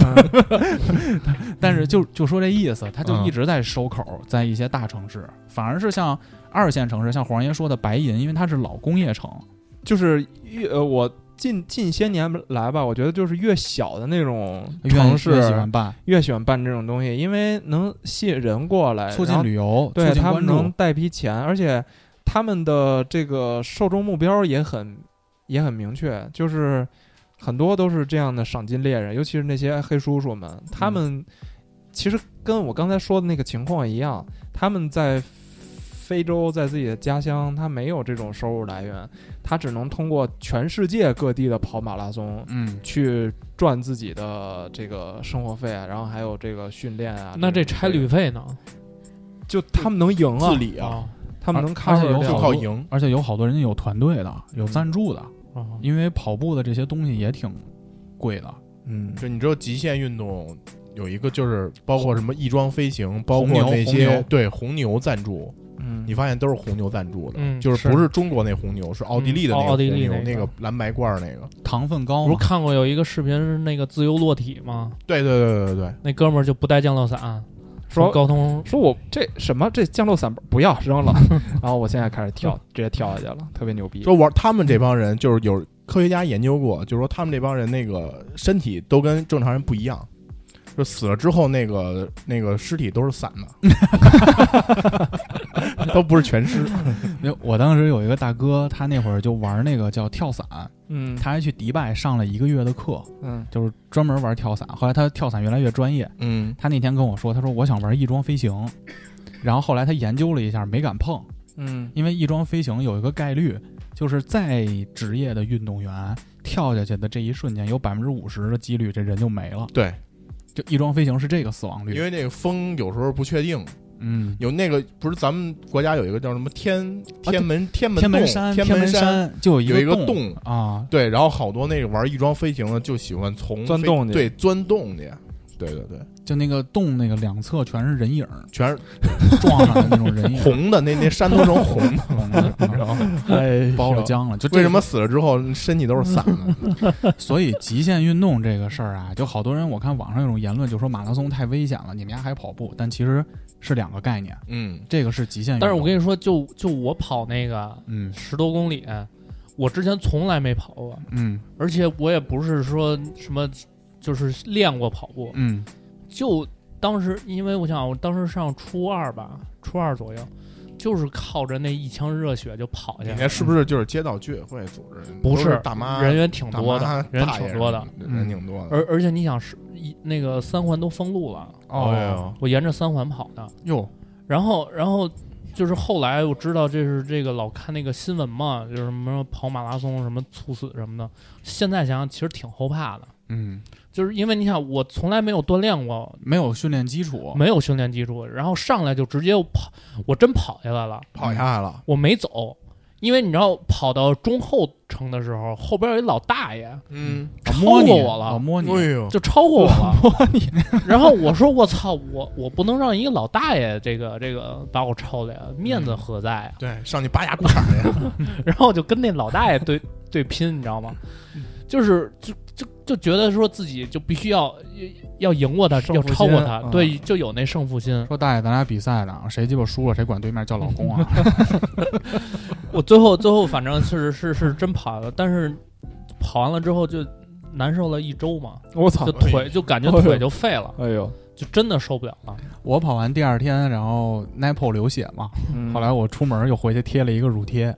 [LAUGHS] 但是就就说这意思，他就嗯一直在收口，在一些大城市，反而是像二线城市，像黄爷说的白银，因为它是老工业城，就是越呃，我近近些年来吧，我觉得就是越小的那种越城越喜市欢办，越喜欢办这种东西，因为能吸引人过来，促进然后旅游，促对进他关们注能。带批钱，而且他们的这个受众目标也很也很明确，就是很多都是这样的赏金猎人，尤其是那些黑叔叔们，他们其实跟我刚才说的那个情况一样，他们在。非洲在自己的家乡，他没有这种收入来源，他只能通过全世界各地的跑马拉松嗯，去赚自己的这个生活费啊，然后还有这个训练啊。那这种差旅费呢？就他们能赢啊，自理 [LAUGHS] 啊，啊他们能而而且 cover 有掉就好靠多赢。而且有好多人家有团队的，有赞助的，啊，因为跑步的这些东西也挺贵的，嗯，就你知道极限运动有一个就是包括什么翼装飞行，包括红牛那红些牛对红牛赞助，嗯你发现都是红牛赞助的，嗯就是是不是中国那红牛，是奥地利的嗯那个奥奥地利红牛，那那个个蓝白罐儿那个。糖分高不哦是嘛。看过有一个视频是那个自由落体吗？对对对对对那哥们儿就不带降落伞，从说高通说我这什么这降落伞不要扔 [LAUGHS] 了，然后我现在开始跳，直接跳下去了，特别牛逼对，。说玩他们这帮人就是有科学家研究过，就是说他们这帮人那个身体都跟正常人不一样。就死了之后，那个那个尸体都是散 [LAUGHS] 的，都不是全尸。那我当时有一个大哥，他那会儿就玩那个叫跳伞，嗯他还去迪拜上了一个月的课，嗯就是专门玩跳伞。后来他跳伞越来越专业，嗯，他那天跟我说，他说我想玩翼装飞行，然后后来他研究了一下，没敢碰，嗯因为翼装飞行有一个概率，就是再职业的运动员跳下去的这一瞬间，有百分之五十的几率这人就没了。对，就翼装飞行是这个死亡因率。为那个风有时候不确定，嗯，有那个不是咱们国家有一个叫什么天天门啊天门天门洞山，天门山山就有有一一个个洞啊，对，然后好多那个玩翼装飞行的就喜欢从钻飞洞去对，钻洞去，对对对，就那个洞那个两侧全是人影儿，全是撞上的那种人影儿， [LAUGHS] 红的，那那山都成红的，红的，然后 [LAUGHS] 哎包了浆了。就这为什么死了之后身体都是散 [LAUGHS] 的？所以极限运动这个事儿啊，就好多人我看网上有种言论，就说马拉松太危险了，你们家还跑步，但其实是两个概念， [LAUGHS] 嗯，这个是极限运动。但是我跟你说，就就我跑那个嗯十多公里，我之前从来没跑过，嗯而且我也不是说什么，就是练过跑步，嗯就当时因为我想，我当时上初二吧，初二左右，就是靠着那一腔热血就跑你下去，那是不是就是街道聚会组织？哎不都是是大妈人员挺大多妈的，人大爷挺多的，，人挺多的。而而且你想是一那个三环都封路了，哎呦，我沿着三环跑的，哟，然后然后就是后来我知道这是这个老看那个新闻嘛，就是什么跑马拉松什么猝死什么的，现在想想其实挺后怕的，嗯，就是因为你想，我从来没有锻炼过，没有训练基础，没有训练基础，然后上来就直接跑，我真跑下来了，跑下来了，我没走，因为你知道，跑到中后程的时候，后边有一老大爷嗯，老超摸你过我了老摸你，哎呦，就超过我了， [LAUGHS] 然后我说我操，我我不能让一个老大爷这个这个把我超了呀，面子何在啊？对，上去拔牙骨茬去，然后就跟那老大爷对对拼，你知道吗？就是就就就觉得说自己就必须要要赢过他，胜要负心超过他，嗯对，就有那胜负心。说大爷，咱俩比赛呢，谁鸡巴输了谁管对面叫老公啊？ [LAUGHS] 我最后最后反正是是是真跑了，但是跑完了之后就难受了一周嘛，我操就！腿就感觉哎呦腿就废了，哎呦，就真的受不了了。我跑完第二天，然后 Nipple 流血嘛，嗯后来我出门又回去贴了一个乳贴，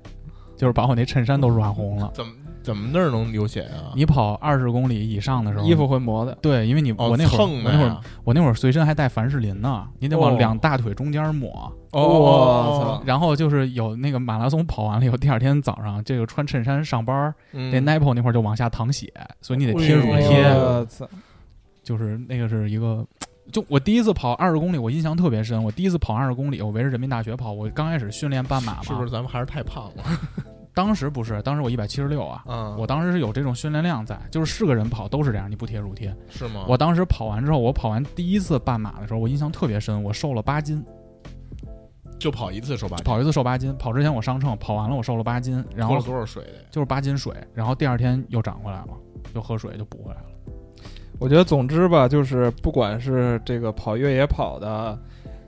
就是把我那衬衫都染红了。怎么怎么那儿能流血啊？你跑二十公里以上的时候，衣服会磨的，对，因为你、哦我那会儿蹭我的那会呀儿我那会儿随身还带凡士林呢，你得往哦两大腿中间抹。哦我嗯操然后就是有那个马拉松跑完了以后，第二天早上这个穿衬衫上班儿，那那 Nipple 那会儿就往下淌血，所以你得贴乳嗯哎呦贴。我操！就是那个是一个，就我第一次跑二十公里，我印象特别深。我第一次跑二十公里，我围着人民大学跑，我刚开始训练半马嘛，是不是咱们还是太胖了？ [LAUGHS] 当时不是，当时我一百七十六啊。啊我当时是有这种训练量在，就是是个人跑都是这样，你不贴乳贴。是吗？我当时跑完之后，我跑完第一次半马的时候，我印象特别深，我瘦了八斤，就跑一次手把，跑一次瘦八斤。跑之前我上秤，跑完了我瘦了八斤，然喝后了多少水的？就是八斤水，然后第二天又长回来了，又喝水就补回来了。我觉得总之吧，就是不管是这个跑越野跑的，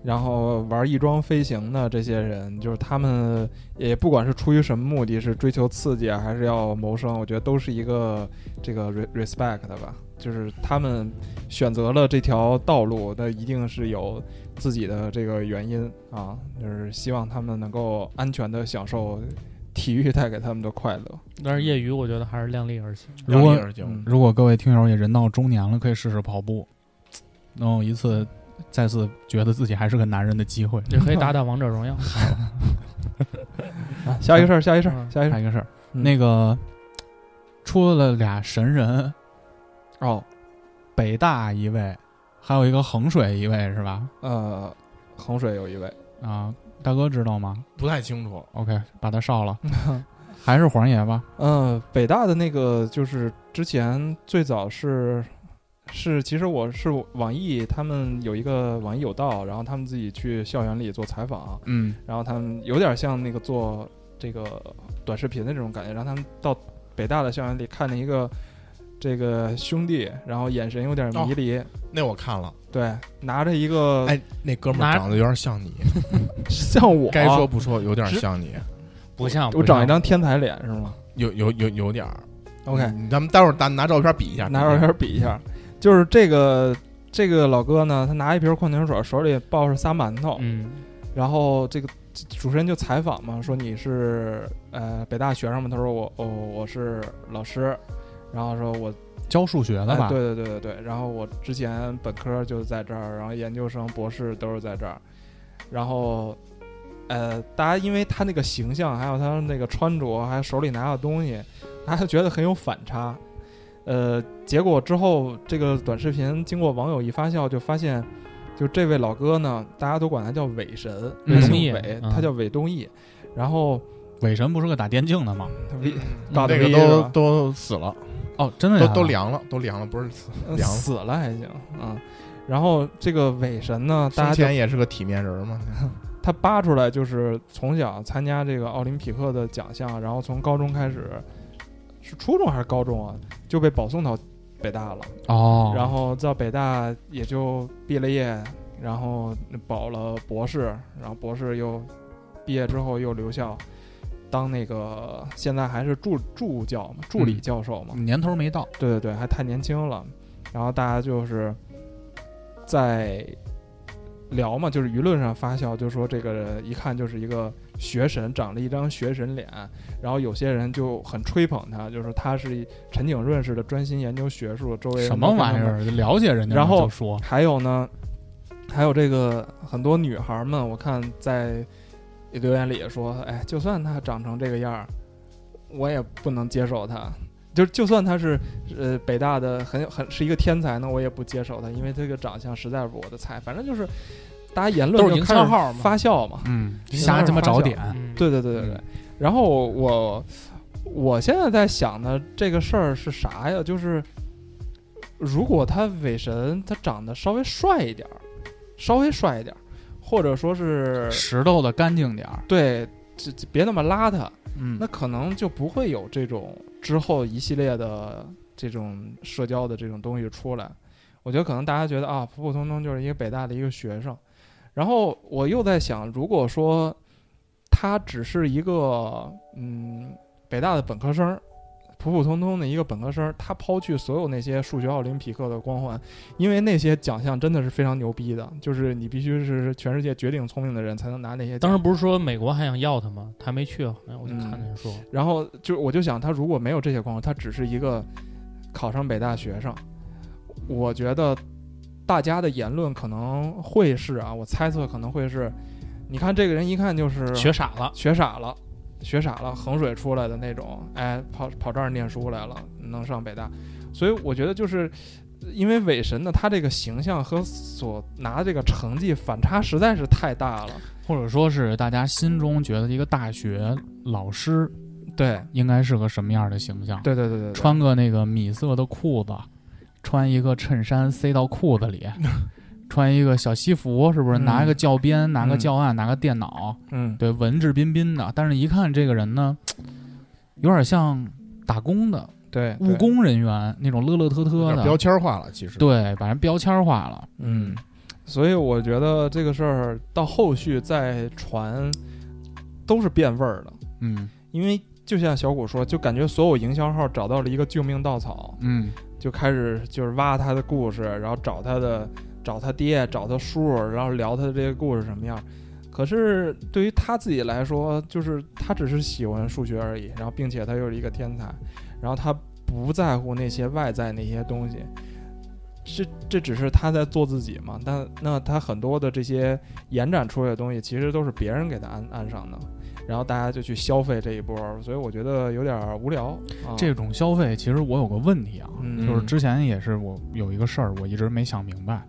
然后玩翼装飞行的这些人，就是他们也不管是出于什么目的，是追求刺激啊，还是要谋生，我觉得都是一个这个 re- respect 的吧。就是他们选择了这条道路，那一定是有自己的这个原因啊，就是希望他们能够安全的享受体育带给他们的快乐。但是业余我觉得还是量力而行。如果量力而行嗯如果各位听友也人到中年了，可以试试跑步，能有一次再次觉得自己还是个男人的机会。也可以打打王者荣 [LAUGHS] 耀，啊，下一个事儿，下一个事儿，嗯下一个事还有一个事儿，嗯那个出了俩神人，儿哦，北大一位，还有一个衡水一位，是吧？呃，衡水有一位。啊，大哥知道吗不太清楚， ？OK，把 [LAUGHS] 他烧了，还是黄爷吧？嗯，北大的那个就是之前最早是是，其实我是网易他们有一个网易有道，然后他们自己去校园里做采访，嗯然后他们有点像那个做这个短视频的这种感觉，让他们到北大的校园里看了一个这个兄弟，然后眼神有点迷离，那我看了。对，拿着一个、哦哎，那哥们儿拿长得有点像你，像我，该说不说，有点像你，不像我长一张天才脸是吗有有有有点儿。 ？OK，嗯咱们待会儿拿拿照片比一下，拿照片比一下，就是这个这个老哥呢，他拿一瓶矿泉水，手里抱着仨馒头，嗯，然后这个主持人就采访嘛，说你是呃北大学生吗？他说我哦我是老师，然后说我教数学的哎吧？对对对对对，然后我之前本科就在这儿，然后研究生、博士都是在这儿，然后。呃，大家因为他那个形象，还有他那个穿着，还有手里拿的东西，大家觉得很有反差。呃，结果之后这个短视频经过网友一发酵，就发现，就这位老哥呢，大家都管他叫伪神，嗯伪东姓义伪，嗯他叫伪东义。然后伪神不是个打电竞的吗？伪那搞得个威是都啊吧都死了，哦，真的都呀都凉了，都凉了，不是死呃凉了。死了还行啊、嗯然后这个伪神呢，大生家就前也是个体面人嘛，他扒出来就是从小参加这个奥林匹克的奖项，然后从高中开始，是初中还是高中啊，就被保送到北大了。哦，然后到北大也就毕了业，然后保了博士，然后博士又毕业之后又留校当那个现在还是助助教嘛，助理嗯教授嘛。年头没到，对对对，还太年轻了。然后大家就是在聊嘛，就是舆论上发酵，就说这个人一看就是一个学神，长了一张学神脸。然后有些人就很吹捧他，就说他是陈景润似的专心研究学术，周围人什都么跟他玩意们儿？了解人家然后就说还有呢，还有这个很多女孩儿们，我看在留言里也说，哎，就算她长成这个样儿，我也不能接受她。就就算他是呃北大的很有很是一个天才，那我也不接受他，因为这个长相实在不是我的菜。反正就是大家言论都是就营开销始号嘛发酵嘛，嗯，行瞎那鸡巴是发找酵点，嗯，对对对对对。然后我我现在在想的这个事儿是啥呀？就是如果他伪神他长得稍微帅一点儿，稍微帅一点儿，或者说是拾掇的干净点儿。对，这这别那么邋遢，嗯，那可能就不会有这种之后一系列的这种社交的这种东西出来。我觉得可能大家觉得啊，普普通通就是一个北大的一个学生。然后我又在想，如果说他只是一个嗯北大的本科生，普普通通的一个本科生，他抛去所有那些数学奥林匹克的光环，因为那些奖项真的是非常牛逼的，就是你必须是全世界绝顶聪明的人才能拿那些奖。当时不是说美国还想要他吗？他没去，好像我嗯就看人说，然后就我就想，他如果没有这些光环，他只是一个考上北大学生，我觉得大家的言论可能会是啊，我猜测可能会是，你看这个人一看就是学傻了，学傻了，学傻了，衡水出来的那种，哎，跑跑这儿念书来了，能上北大，所以我觉得就是。因为伪神呢，他这个形象和所拿这个成绩反差实在是太大了。或者说是大家心中觉得一个大学老师对，应该是个什么样的形象？对对对对对，穿个那个米色的裤子，穿一个衬衫塞到裤子里，穿一个小西服，是不是？嗯拿一个教鞭，拿个嗯教案，拿个电脑，嗯，对，文质彬彬的。但是，一看这个人呢，有点像打工的对，务对，工人员那种乐乐呵有呵点标的，签化了，其实。对，把人标签化了。嗯，所以我觉得这个事儿到后续再传，都是变味儿的，嗯因为就像小谷说，就感觉所有营销号找到了一个救命稻草，嗯，就开始就是挖他的故事，然后找他的找他爹，找他叔，然后聊他的这个故事什么样。可是对于他自己来说，就是他只是喜欢数学而已，然后并且他又是一个天才，然后他不在乎那些外在那些东西，这这只是他在做自己嘛。但那他很多的这些延展出来的东西，其实都是别人给他安安上的，然后大家就去消费这一波，所以我觉得有点儿无聊。啊、这种消费，其实我有个问题啊，嗯就是之前也是我有一个事儿，我一直没想明白，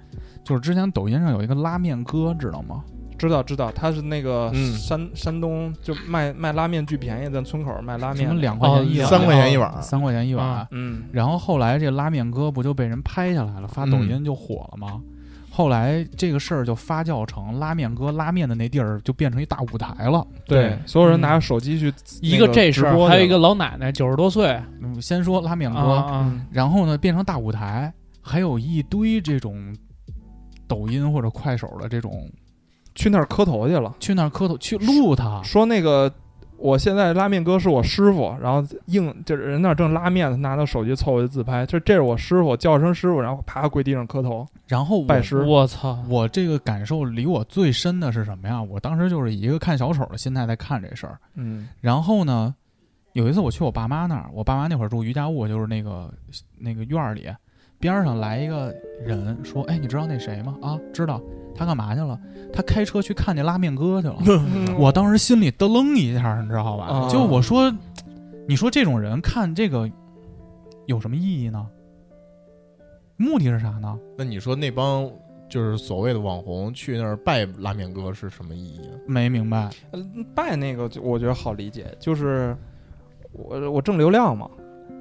就是之前抖音上有一个拉面哥，知道吗？知道知道，他是那个嗯山、山东就卖卖拉面巨便宜，在村口卖拉什面么的两块钱一碗，哦三块钱一碗，三块钱一碗啊。嗯然后后来这拉面哥不就被人拍下来了，发抖嗯音就火了吗？后来这个事儿就发酵成拉面哥拉面的那地儿就变成一大舞台了。对，所有人拿着手机去嗯一个这事直播儿，去还有一了个老奶奶九十多岁啊嗯，先说拉面哥，啊，嗯然后呢变成大舞台，还有一堆这种抖音或者快手的这种去那儿磕头去了，去那儿磕头去录他，说那个我现在拉面哥是我师傅，然后硬就是人那儿正拉面呢，拿到手机凑过去自拍，就这是我师傅，叫声师傅，然后啪跪地上磕头然后我拜师。我操，我这个感受离我最深的是什么呀？我当时就是以一个看小丑的心态在看这事儿，嗯然后呢，有一次我去我爸妈那儿，我爸妈那会儿住瑜伽屋，就是那个那个院儿里，边儿上来一个人说：“哎，你知道那谁吗？啊，知道。他干嘛去了？他开车去看那拉面哥去了。 [LAUGHS] 嗯我当时心里嘚楞一下，你知道吧？啊就我说，你说这种人看这个有什么意义呢？目的是啥呢？那你说那帮就是所谓的网红去那儿拜拉面哥是什么意义啊？没明白。嗯拜那个就我觉得好理解，就是我我挣流量嘛，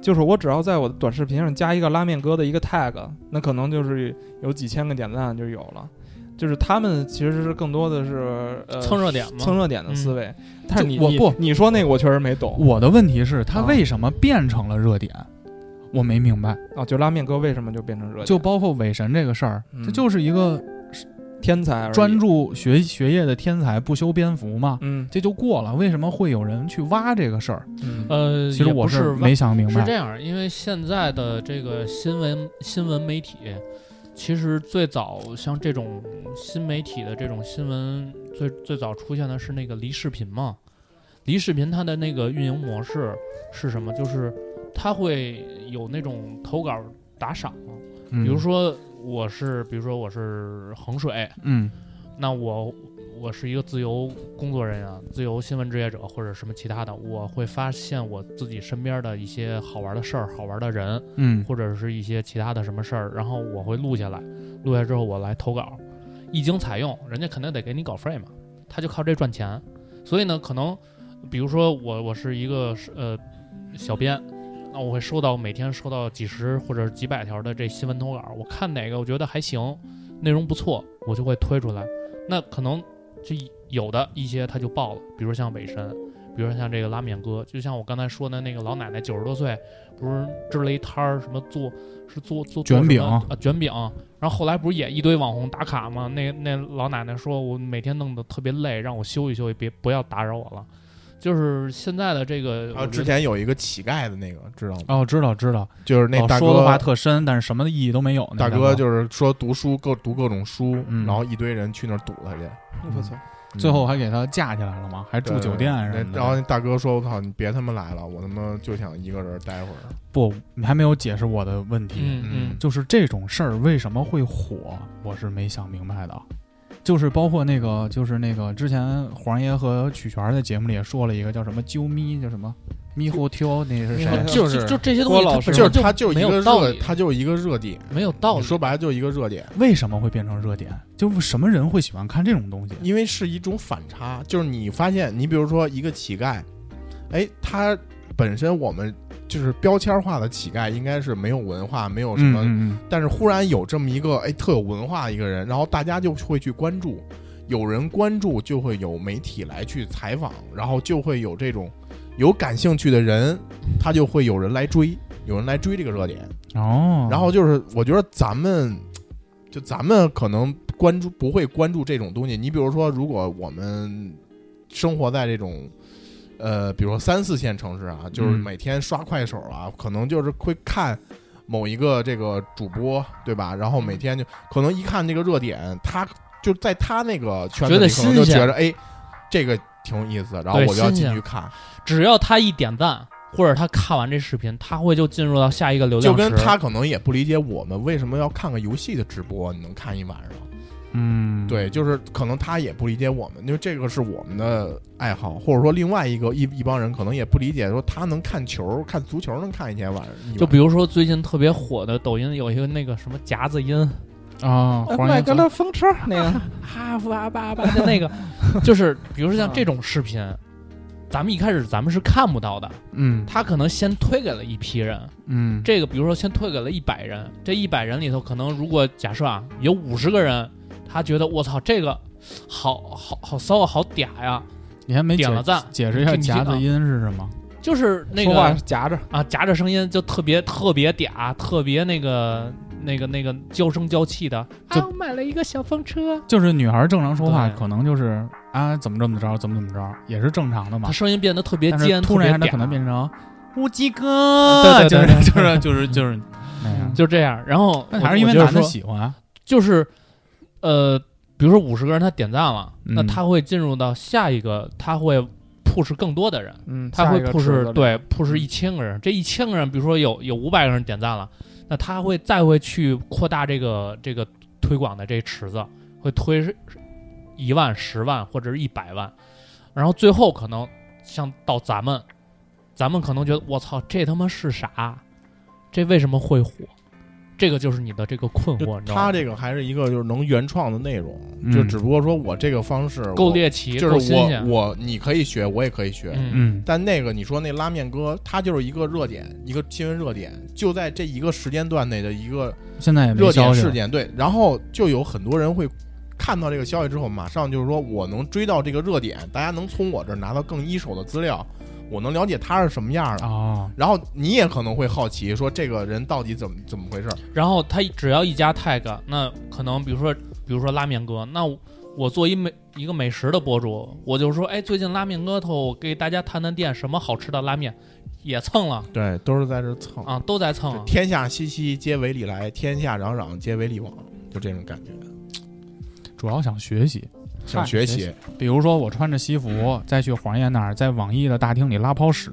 就是我只要在我的短视频上加一个拉面哥的一个 tag，那可能就是有几千个点赞就有了。就是他们其实是更多的是呃蹭热点嘛嗯蹭热点的思维，但是你我你不你说那个我确实没懂我的问题是，啊他为什么变成了热点？我没明白。啊，就拉面哥为什么就变成热点？就包括伪神这个事儿，嗯他就是一个天才而已专，注学学业的天才，不修边幅嘛，嗯这就过了。为什么会有人去挖这个事儿？嗯呃，其实也我不是没想明是白这。样，因为现在的这个新闻新闻媒体，其实最早像这种新媒体的这种新闻，最最早出现的是那个离视频嘛。离视频它的那个运营模式是什么？就是它会有那种投稿打赏，比比如，说我是，比如说我是衡水，嗯那我我是一个自由工作人员、自由新闻职业者或者什么其他的，我会发现我自己身边的一些好玩的事儿、好玩的人，嗯或者是一些其他的什么事儿，然后我会录下来，录下之后我来投稿，一经采用，人家肯定得给你稿费嘛，他就靠这赚钱，所以呢，可能比如说我我是一个呃小编，那我会收到每天收到几十或者几百条的这新闻投稿，我看哪个我觉得还行，内容不错，我就会推出来，那可能就有的一些他就爆了，比如像尾神。比如像这个拉面哥，就像我刚才说的那个老奶奶，九十多岁，不是支了一摊儿，什么做是做做做卷什么饼啊、卷饼。然后后来不是也一堆网红打卡吗？那那老奶奶说，我每天弄得特别累，让我休息休息，别不要打扰我了。就是现在的这个，然后我觉得之前有一个乞丐的那个，知道吗？哦，知道知道，就是那哦大说的话哥，特深，但是什么意义都没有。那大个哥就是说读书各读各种书，嗯然后一堆人去那儿堵他去。我操，嗯最后还给他架起来了吗？还住酒店啊对什对么对然后的？那大哥说：“我操，你别他妈来了，我他妈就想一个人待会儿。不，你还没有解释我的问题。嗯嗯就是这种事儿为什么会火，我是没想明白的。就是包括那个，就是那个之前黄爷和曲泉在节目里也说了一个叫什么“啾咪”，叫什么“咪糊挑”，那是谁？哎就嗯就是就这些东郭西它老本师身，就是就他就一没有个道热，理，他就一个热点。没有道你理。说白了就是一个热点，为什么会变成热点？就什么人会喜欢看这种东西？因为是一种反差。就是你发现，你比如说一个乞丐，哎，他本身我们就是标签化的乞丐，应该是没有文化，没有什么嗯嗯但是忽然有这么一个哎特有文化的一个人，然后大家就会去关注，有人关注就会有媒体来去采访，然后就会有这种有感兴趣的人，他就会有人来追，有人来追这个热点。嗯哦，然后就是我觉得咱们就咱们可能关注不会关注这种东西，你比如说如果我们生活在这种。呃，比如说三四线城市啊，就是嗯每天刷快手啊，可能就是会看某一个这个主播，对吧？然后每天就可能一看这个热点，他就在他那个圈子觉得里，可能就新鲜觉得哎，这个挺有意思的，然后对我就要新进鲜去看，只要他一点赞，或者他看完这视频，他会就进入到下一个流就量池。跟他可能也不理解我们为什么要看个游戏的直播，你能看一晚上。嗯，对，就是可能他也不理解我们，因为这个是我们的爱好，或者说另外一个一一帮人可能也不理解，说他能看球、看足球能看一天晚上。一晚就比如说最近特别火的抖音有一个那个什么夹子音，啊，黄买爷个曾了风车那个，哈夫啊吧吧的那个， [LAUGHS] 就是比如说像这种视频，咱们一开始咱们是看不到的，嗯他可能先推给了一批人，嗯，这个比如说先推给了一百人，这一百人里头可能如果假设啊有五十个人，他觉得我操这个好好好骚啊，好嗲呀，你还没解点了赞解释一下进去夹啊子音是什么？就是 [LAUGHS] 那说话个夹着，啊夹着声音就特别特别嗲，特别那个那个那个娇声娇气的，就啊我买了一个小风车，就是女孩正常说话，对可能就是啊怎么怎么着，怎么怎么着，也是正常的嘛他。声音变得特别但是尖，突然一下，特她别可能嗲啊变啊成乌鸡对哥，对就对是对就是就是就是那嗯样。就这样。然后嗯那我还是因为我就男的说喜欢，就是呃，比如说五十个人他点赞了，嗯那他会进入到下一个，他会 push 更多的人，嗯，他下会一个池 push 子嗯对 push 一千个人，这一千个人，比如说有有五百个人点赞了，那他会再会去扩大这个这个推广的这池子，会推一万、十万或者是一百万，然后最后可能像到咱们，咱们可能觉得我操，这他妈是啥？这为什么会火？这个就是你的这个困惑，就你知道吗？他这个还是一个就是能原创的内容，嗯就只不过说我这个方式够我猎奇，就够是新我鲜。我你可以学，我也可以学。嗯，嗯但那个你说那拉面哥，他就是一个热点，一个新闻热点，就在这一个时间段内的一个现在也没热消点息了事。件，对，然后就有很多人会看到这个消息之后，马上就是说我能追到这个热点，大家能从我这儿拿到更一手的资料，我能了解他是什么样的。啊哦，然后你也可能会好奇，说这个人到底怎么怎么回事儿？然后他只要一加 tag，那可能比如说比如说拉面哥，那我我做一美一个美食的博主，我就说，哎，最近拉面哥头，我给大家谈谈店什么好吃的拉面，也蹭了对，都是在这蹭啊，都在蹭就啊。天下熙熙皆为利来，天下攘攘皆为利往，就这种感觉。主要想学习，想嗨学学习，比如说我穿着西嗯服再去黄爷那儿，在网易的大厅里拉泡屎，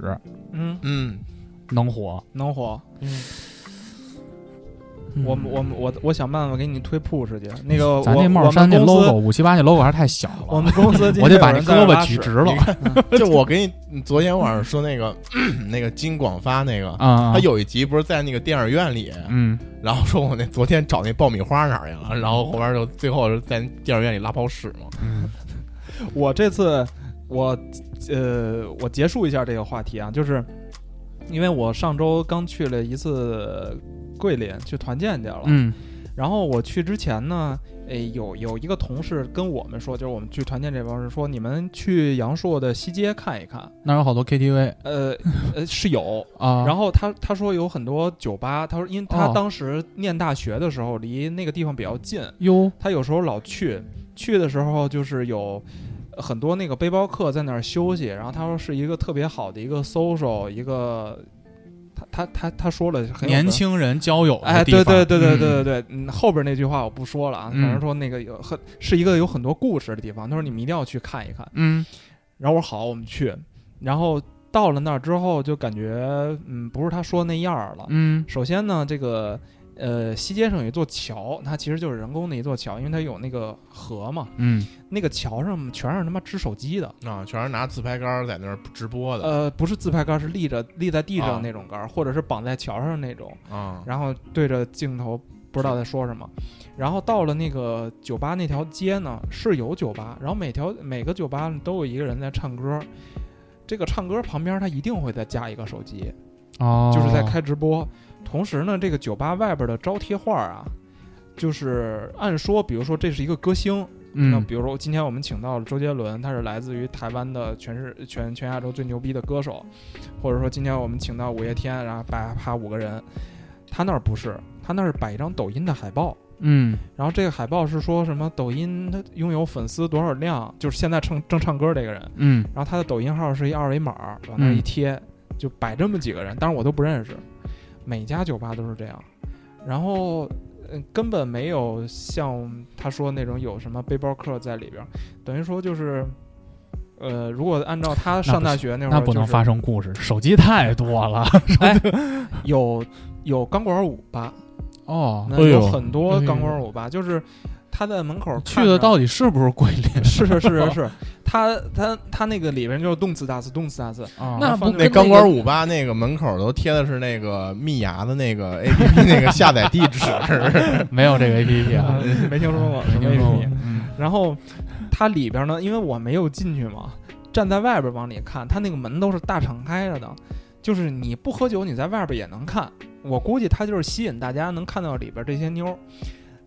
嗯，嗯，能火。能火，嗯，我们我们我我想办法给你推 push 去。那个咱呃我那帽我衫们那公司 logo 五七八那 logo 还是太小我了，们公司今我得天把有那人胳在这膊拉举屎直了就我给你昨天晚上说那个 [CLEARS THROAT] 那个金广发那个，啊！他有一集不是在那个电影院里，嗯，然后说我那昨天找那爆米花哪儿去了，然后后边就最后是在电影院里拉泡屎嘛。我这次我呃，我结束一下这个话题啊，就是因为我上周刚去了一次桂林去团建去了，嗯然后我去之前呢，诶，有有一个同事跟我们说，就是我们去团建这帮人说，你们去阳朔的西街看一看，那儿有好多 KTV 呃呃是有。啊，然后他他说有很多酒吧，他说因为他哦当时念大学的时候离那个地方比较近，哟，他有时候老去，去的时候就是有呃很多那个背包客在那儿休息，然后他说是一个特别好的一个 social，一个他他他他说了很有年可轻人交友哎，的地对方，对对对嗯对对对，嗯，后边那句话我不说了啊，反嗯正说那个有很是一个有很多故事的地方，他说你们一定要去看一看。嗯然后我说好，我们去。然后到了那儿之后，就感觉嗯，不是他说那样儿了，嗯首先呢，这个呃西街上有一座桥，它其实就是人工的一座桥，因为它有那个河嘛，嗯那个桥上全是他妈支手机的，啊，全是拿自拍杆在那儿直播的呃，不是自拍杆，是立着立在地啊上那种杆，或者是绑在桥上那种，啊然后对着镜头不知道在说什么。然后到了那个酒吧那条街呢，是有酒吧，然后每条每个酒吧都有一个人在唱歌，这个唱歌旁边他一定会再加一个手机，哦，就是在开直播。同时呢，这个酒吧外边的招贴画啊，就是按说，比如说这是一个歌星，那嗯比如说今天我们请到了周杰伦，他是来自于台湾的全是全全亚洲最牛逼的歌手，或者说今天我们请到五月天，然后叭啪五个人，他那儿不是，他那儿摆一张抖音的海报。嗯然后这个海报是说什么？抖音它拥有粉丝多少量？就是现在正正唱歌这个人，嗯然后他的抖音号是一二维码，往那儿一贴，就摆这么几个人，当然我都不认识。每家酒吧都是这样，然后嗯、呃根本没有像他说那种有什么背包客在里边儿，等于说就是，呃，如果按照他上大学那会儿、嗯那不能发，生故事，手机太多了有有钢管舞吧，哦。那哎呦有很多钢管舞吧，就是他在门口去的到。到底是不是桂林？是是是是是，他他他那个里边就是动次打次，动次 [LAUGHS] 打次，啊那不那嗯跟钢那管个舞吧，那个门口都贴的是那个蜜芽的那个 A P P 那个下载地址，没有这个 A P [LAUGHS] P 啊，嗯没听说过，什么没听说过 APP 嗯然后它里边呢，因为我没有进去嘛，站在外边往里看，它那个门都是大敞开着的，就是你不喝酒，你在外边也能看。我估计它就是吸引大家能看到里边这些妞儿。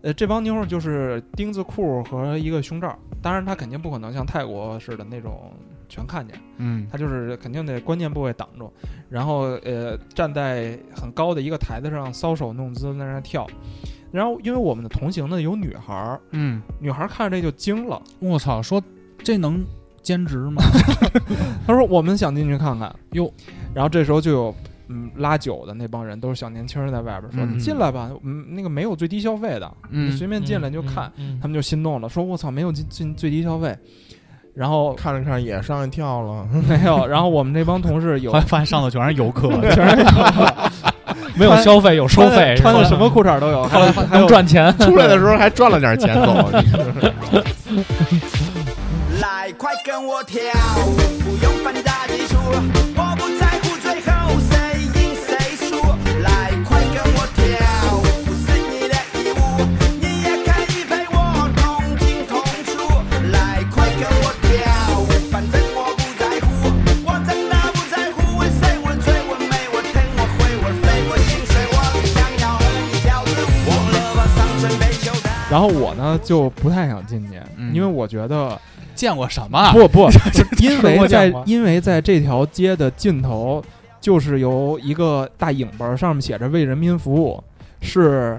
呃，这帮妞儿就是钉子裤和一个胸罩，当然它肯定不可能像泰国似的那种全看见，嗯它就是肯定得关键部位挡住，然后呃站在很高的一个台子上搔首弄姿在那儿跳，然后因为我们的同行呢有女孩儿，嗯，女孩看着这就惊了，我操，说这能兼职吗？她说：“我们想进去看看。”哟，然后这时候就有嗯拉酒的那帮人，都是小年轻人在外边说：“嗯你进来吧，嗯，那个没有最低消费的，嗯你随便进来就看。嗯，他们们就心动了，说：“我操，没有进进最低消费。”然 [LAUGHS] 后 [LAUGHS] 看着看着也上去跳了。没有，然后我们这帮同事有后来发现上头全 [LAUGHS] 是游客，全是没有消费有收穿的费，穿的是什吧么裤衩都有，还后 [LAUGHS] 来有还有能赚钱。 [LAUGHS] [LAUGHS] 出来的时候还赚了点钱走，啊来，快跟我跳，不用分大基础，我不在乎最后谁赢谁输。来，快跟我跳，不是你的义务，你也可以陪我同进同出。来，快跟我跳，反正我不在乎，我真的不在乎，我谁我追我美我疼我会我飞我心碎，我只想要和你跳舞，忘了吧上身没球的。然后我呢就不太想进去，嗯因为我觉得见过什么？ [LAUGHS] 不 [LAUGHS] 不，因吃过为见在过因为在这条街的尽头，就是由一个大影本儿上面写着“为人民服务”，是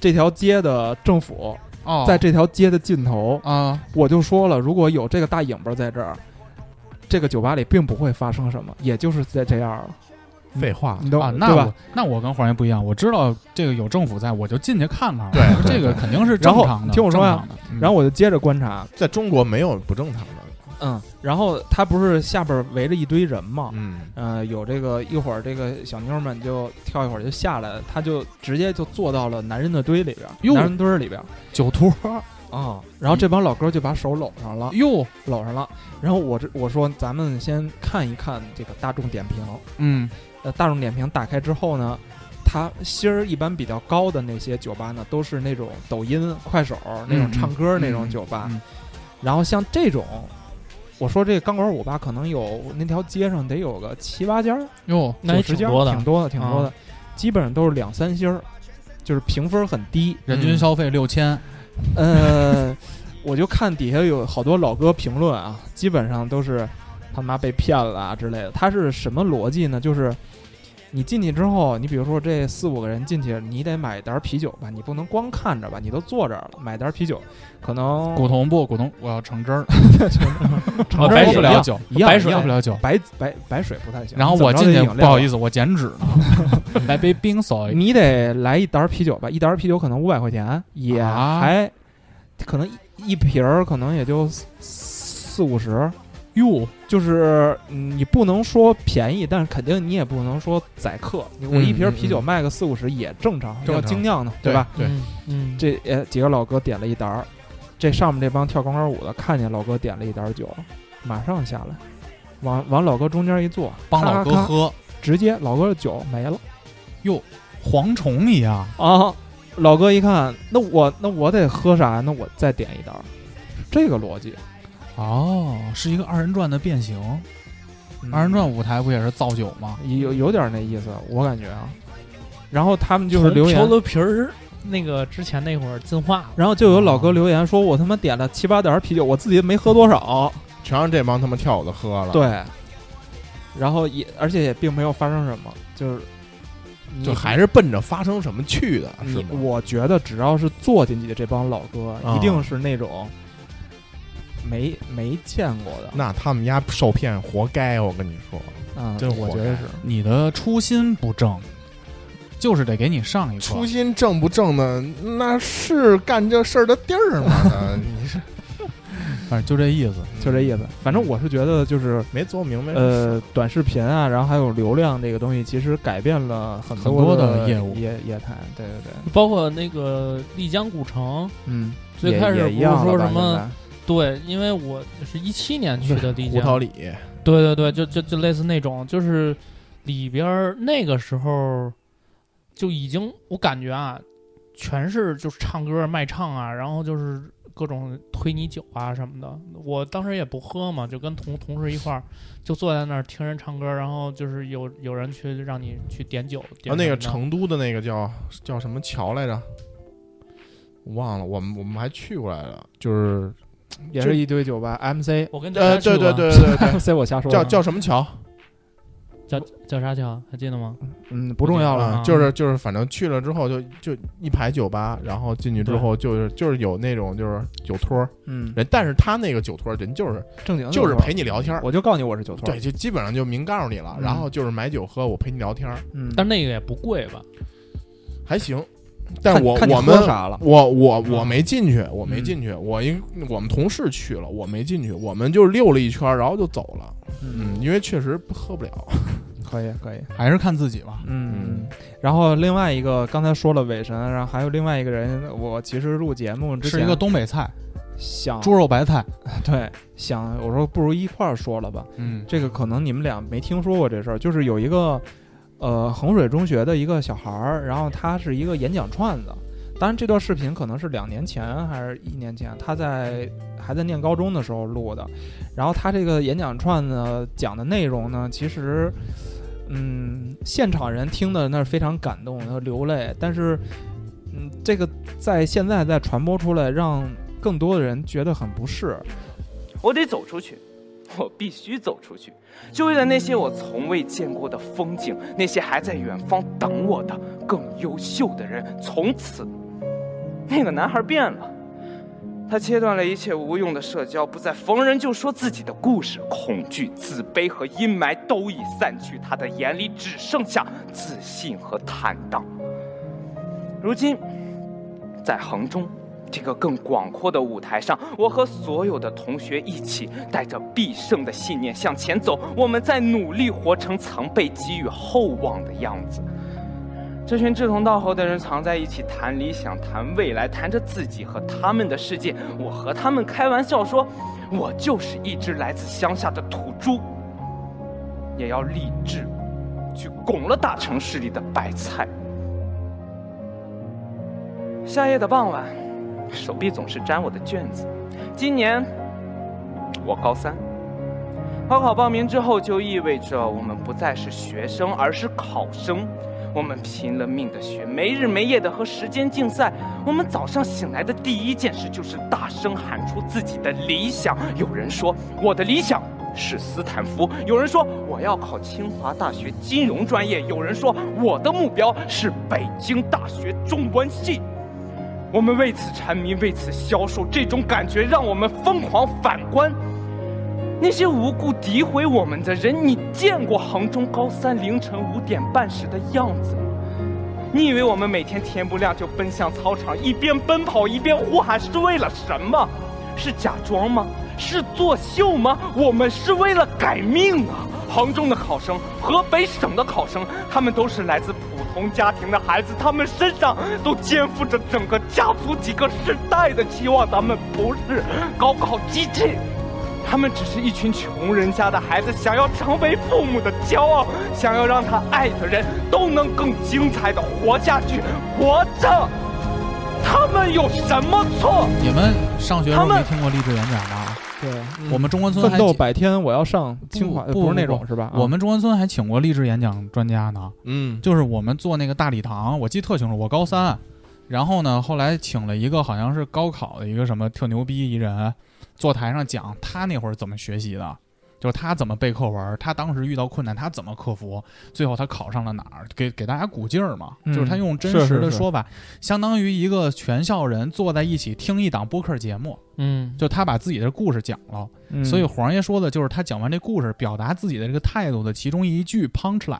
这条街的政府，哦，在这条街的尽头。啊，我就说了，如果有这个大影本儿在这儿，这个酒吧里并不会发生什么，也就是在这样了，废话你懂、啊，那对吧我？那我跟黄爷不一样，我知道这个有政府在，我就进去看看了。对这对个肯定是然正后常的。听我说呀正常的，然后我就接着观察，在中国没有不正常的，嗯，然后他不是下边围着一堆人嘛，嗯，呃，有这个一会儿这个小妞们就跳一会儿就下来了，他就直接就坐到了男人的堆里边儿，哟男人堆儿里边儿酒托，啊、然后这帮老哥就把手搂上了，哟，搂上了。然后我这我说咱们先看一看这个大众点评，嗯，呃，大众点评打开之后呢，它心儿一般比较高的那些酒吧呢，都是那种抖音、快手那种唱歌那种酒吧。嗯嗯嗯嗯然后像这种，我说这钢管舞吧，可能有那条街上得有个七八家儿，哟，那也九十家挺儿多的挺多的，挺多的，啊基本上都是两三星儿，就是评分很低。人均消费六千，呃，我就看底下有好多老哥评论啊，基本上都是他妈被骗了啊之类的。他是什么逻辑呢？就是你进去之后，你比如说这四五个人进去，你得买一打啤酒吧，你不能光看着吧，你都坐这儿了，买打啤酒，可能古铜不古铜，我要橙汁儿，哦橙汁儿白喝水不了酒，一样白一水样喝不了酒。白白白水不太行。然后我进去，不好意思，思，我减脂呢，啊 [LAUGHS] 来杯冰哎水。你得来一打啤酒吧，一打啤酒可能五百块钱，也啊还、可能一一瓶儿可能也就四四五十。哟，就是嗯你不能说便宜，但是肯定你也不能说宰客。你我嗯一瓶嗯啤酒卖个四五十也正常，正常要精酿呢，对吧？？对，嗯嗯，这呃几个老哥点了一单儿，这上面这帮跳钢管舞的看见老哥点了一单儿酒，马上下来，往往老哥中间一坐，帮咔咔老哥咔，喝，直接老哥的酒没了蝗虫一样，啊！老哥一看，那我那我得喝啥？那我再点一单儿，这个逻辑。哦，是一个二人转的变形。嗯二人转舞台不也是造酒吗？有嗯有点儿那意思，我感觉啊。然后他们就是留言从漂流瓶儿那个之前那会儿进化了，然后就有啊老哥留言说：“我他妈点了七八点啤酒，我自己没喝多少。全让这帮他妈跳舞的喝”了。，对，然后也而且也并没有发生什么，就是你就还是奔着发生什么去的，啊是你，吗？我觉得只要是坐进去的这帮老哥，啊一定是那种没没见过的。那他们家受骗活该，我跟你说，嗯，真我活觉该得是你的初心不正，就是得给你上一课初。心正不正的，那是干这事儿的地 [LAUGHS] 儿吗？你是嗯反正就这意思。就这意思。反正我是觉得就是。没做明白。呃，短视频啊，然后还有流量这个东西，其实改变了很很多多的业业务业业态，对对对，包括那个丽江古城，嗯，最也开始也不一是样了说吧什么现在对，因为我是一七年去 [LAUGHS] 的丽胡江，桃里，对对对，就就就类似那种，就是里边儿那个时候就已经，我感觉啊，全是就是唱歌卖唱啊，然后就是各种推你酒啊什么的。我当时也不喝嘛，就跟同同事一块儿就坐在那儿听人唱歌，然后就是有有人去让你去点酒，然后点哦那个什么的成都的那个叫叫什么桥来着？我忘了，我们我们还去过来了，就是也是一堆酒吧，MC [LAUGHS] 我跟大呃，家去对过对对对 [LAUGHS] 对， MC 我瞎说的，叫叫什么桥？叫叫啥桥还记得吗？嗯不重要了，啊就是就是，反正去了之后就就一排酒吧，然后进去之后就是就是有那种就是酒托儿嗯，人，但是他那个酒托儿人就是正经的就是酒托陪你聊天儿，我就告诉你我是酒托，对，，就基本上就明告诉你了，嗯然后就是买酒喝，我陪你聊天儿，嗯，但那个也不贵吧？还行。但我看你我喝们啥了我我嗯我没进去，我没嗯进去，我因我们同事去了，我没进去，我们就溜了一圈儿，然后就走了。嗯，因为确实喝不了。 [LAUGHS] 可以可以，还是看自己吧。嗯，然后另外一个刚才说了韦神，然后还有另外一个人，我其实录节目之吃前一个东北菜，想猪肉白菜。对想我说不如一块儿说了吧，嗯，这个可能你们俩没听说过这事儿，就是有一个呃衡水中学的一个小孩儿，然后他是一个演讲串子。当然，这段视频可能是两年前还是一年前，他在还在念高中的时候录的。然后他这个演讲串呢讲的内容呢，其实，嗯，现场人听的那是非常感动，要流泪。但是，嗯，这个在现在再传播出来，让更多的人觉得很不适。我得走出去，我必须走出去，就为了那些我从未见过的风景，那些还在远方等我的更优秀的人。从此，那个男孩变了，他切断了一切无用的社交，不再逢人就说自己的故事，恐惧、自卑和阴霾都已散去，他的眼里只剩下自信和坦荡。如今，在衡中，这个更广阔的舞台上，我和所有的同学一起，带着必胜的信念向前走。我们在努力活成曾被给予厚望的样子。这群志同道合的人常在一起谈理想、谈未来、谈着自己和他们的世界。我和他们开玩笑说，我就是一只来自乡下的土猪，也要立志去拱了大城市里的白菜。夏夜的傍晚，手臂总是沾我的卷子。今年我高三，高考报名之后就意味着我们不再是学生，而是考生。我们拼了命的学，没日没夜的和时间竞赛。我们早上醒来的第一件事就是大声喊出自己的理想。有人说我的理想是斯坦福，有人说我要考清华大学金融专业，有人说我的目标是北京大学中文系。我们为此沉迷，为此消瘦，这种感觉让我们疯狂反观。那些无故诋毁我们的人，你见过衡中高三凌晨五点半时的样子吗？你以为我们每天天不亮就奔向操场，一边奔跑一边呼喊是为了什么？是假装吗？是作秀吗？我们是为了改命啊！衡中的考生，河北省的考生，他们都是来自普通家庭的孩子，他们身上都肩负着整个家族几个世代的期望。咱们不是高考机器。他们只是一群穷人家的孩子，想要成为父母的骄傲，想要让他爱的人都能更精彩的活下去，活着。他们有什么错？你们上学的时候他们嗯没听过励志演讲吧？对，我们中关村奋嗯还斗请百天，我要上清华，不不不是那种不是吧？我啊们中关村还请过励志演讲专家呢。嗯，就是我们做那个大礼堂，我记得特清楚，我高嗯三，然后呢，后来请了一个好像是高考的一个什么特牛逼一人，坐台上讲他那会儿怎么学习的，就是他怎么背课文，他当时遇到困难他怎么克服，最后他考上了哪儿，给给大家鼓劲儿嘛，嗯就是他用真是实是的是说法，相当于一个全校人坐在一起听一档播客节目，嗯，就他把自己的故事讲了，嗯所以黄爷说的就是他讲完这故事，表达自己的这个态度的其中一句 punch line。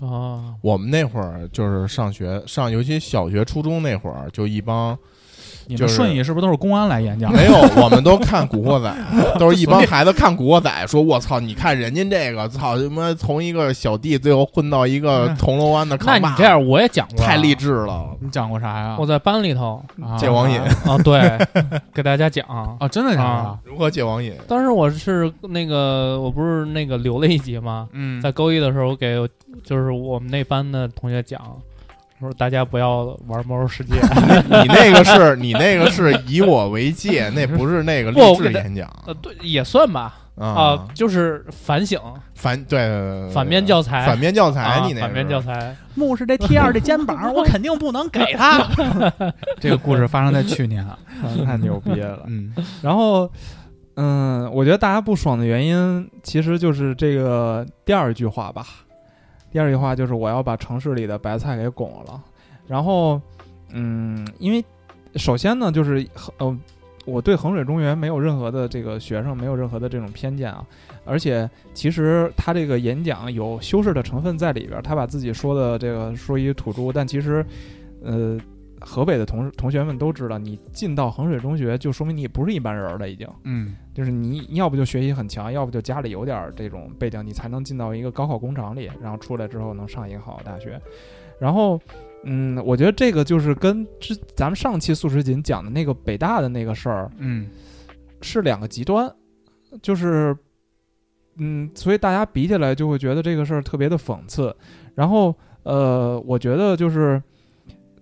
啊，我们那会儿就是上学上，尤其小学、初中那会儿，就 [LAUGHS] 一帮你就们是顺义是不是都是公安来演讲？没有，我们都看《古 [LAUGHS] 惑仔》，都是一帮孩子看《古惑仔》，说我操，你看人家这个，操他妈从一个小弟最后混到一嗯个铜锣湾的那扛你把，啊这样我也讲过，啊太励。志了。你讲过啥呀？我在班里头啊戒网瘾啊，对， [LAUGHS] 给大家讲啊，真的假的啊？如何戒网瘾？当时我是那个，我不是那个留了一集吗？嗯在高一的时候，给就是我们那班的同学讲，我说大家不要玩魔兽世 [LAUGHS] 界。你那个是你那个是以我 [LAUGHS] 为戒，那不是那个不励我志给他演讲呃，对，也算吧， [LAUGHS] 啊啊，，就是反省、反对对对对对反面教材、反面教材，啊你那反面是教材，牧师这贴二的肩膀，我肯定不能给他。这个故事发生在去年啊，太牛逼了。嗯，然后，嗯，我觉得大家不爽的原因其实就是这个第二句话吧。第二句话就是我要把城市里的白菜给拱了。然后，嗯，因为首先呢，就是呃，我对衡水中原没有任何的这个学生没有任何的这种偏见啊。而且，其实他这个演讲有修饰的成分在里边儿，他把自己说的这个说一土著，但其实，呃，河北的同同学们都知道，你进到衡水中学，就说明你不是一般人儿了，已经。嗯，就是你要不就学习很强，要不就家里有点儿这种背景，你才能进到一个高考工厂里，然后出来之后能上一个好的大学。然后，嗯，我觉得这个就是跟之咱们上期素食锦讲的那个北大的那个事儿嗯，是两个极端，就是，嗯，所以大家比起来就会觉得这个事儿特别的讽刺。然后，呃，我觉得就是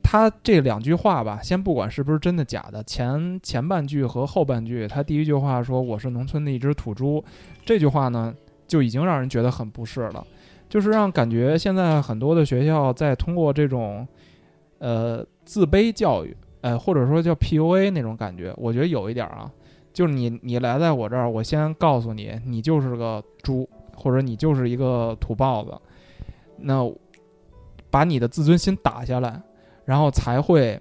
他这两句话吧，先不管是不是真的假的，前前半句和后半句，他第一句话说我是农村的一只土猪，这句话呢就已经让人觉得很不适了，就是让感觉现在很多的学校在通过这种，呃，自卑教育，呃，或者说叫 PUA 那种感觉，我觉得有一点儿啊，就是你你来在我这儿，我先告诉你，你就是个猪，或者你就是一个土豹子，那把你的自尊心打下来，然后才会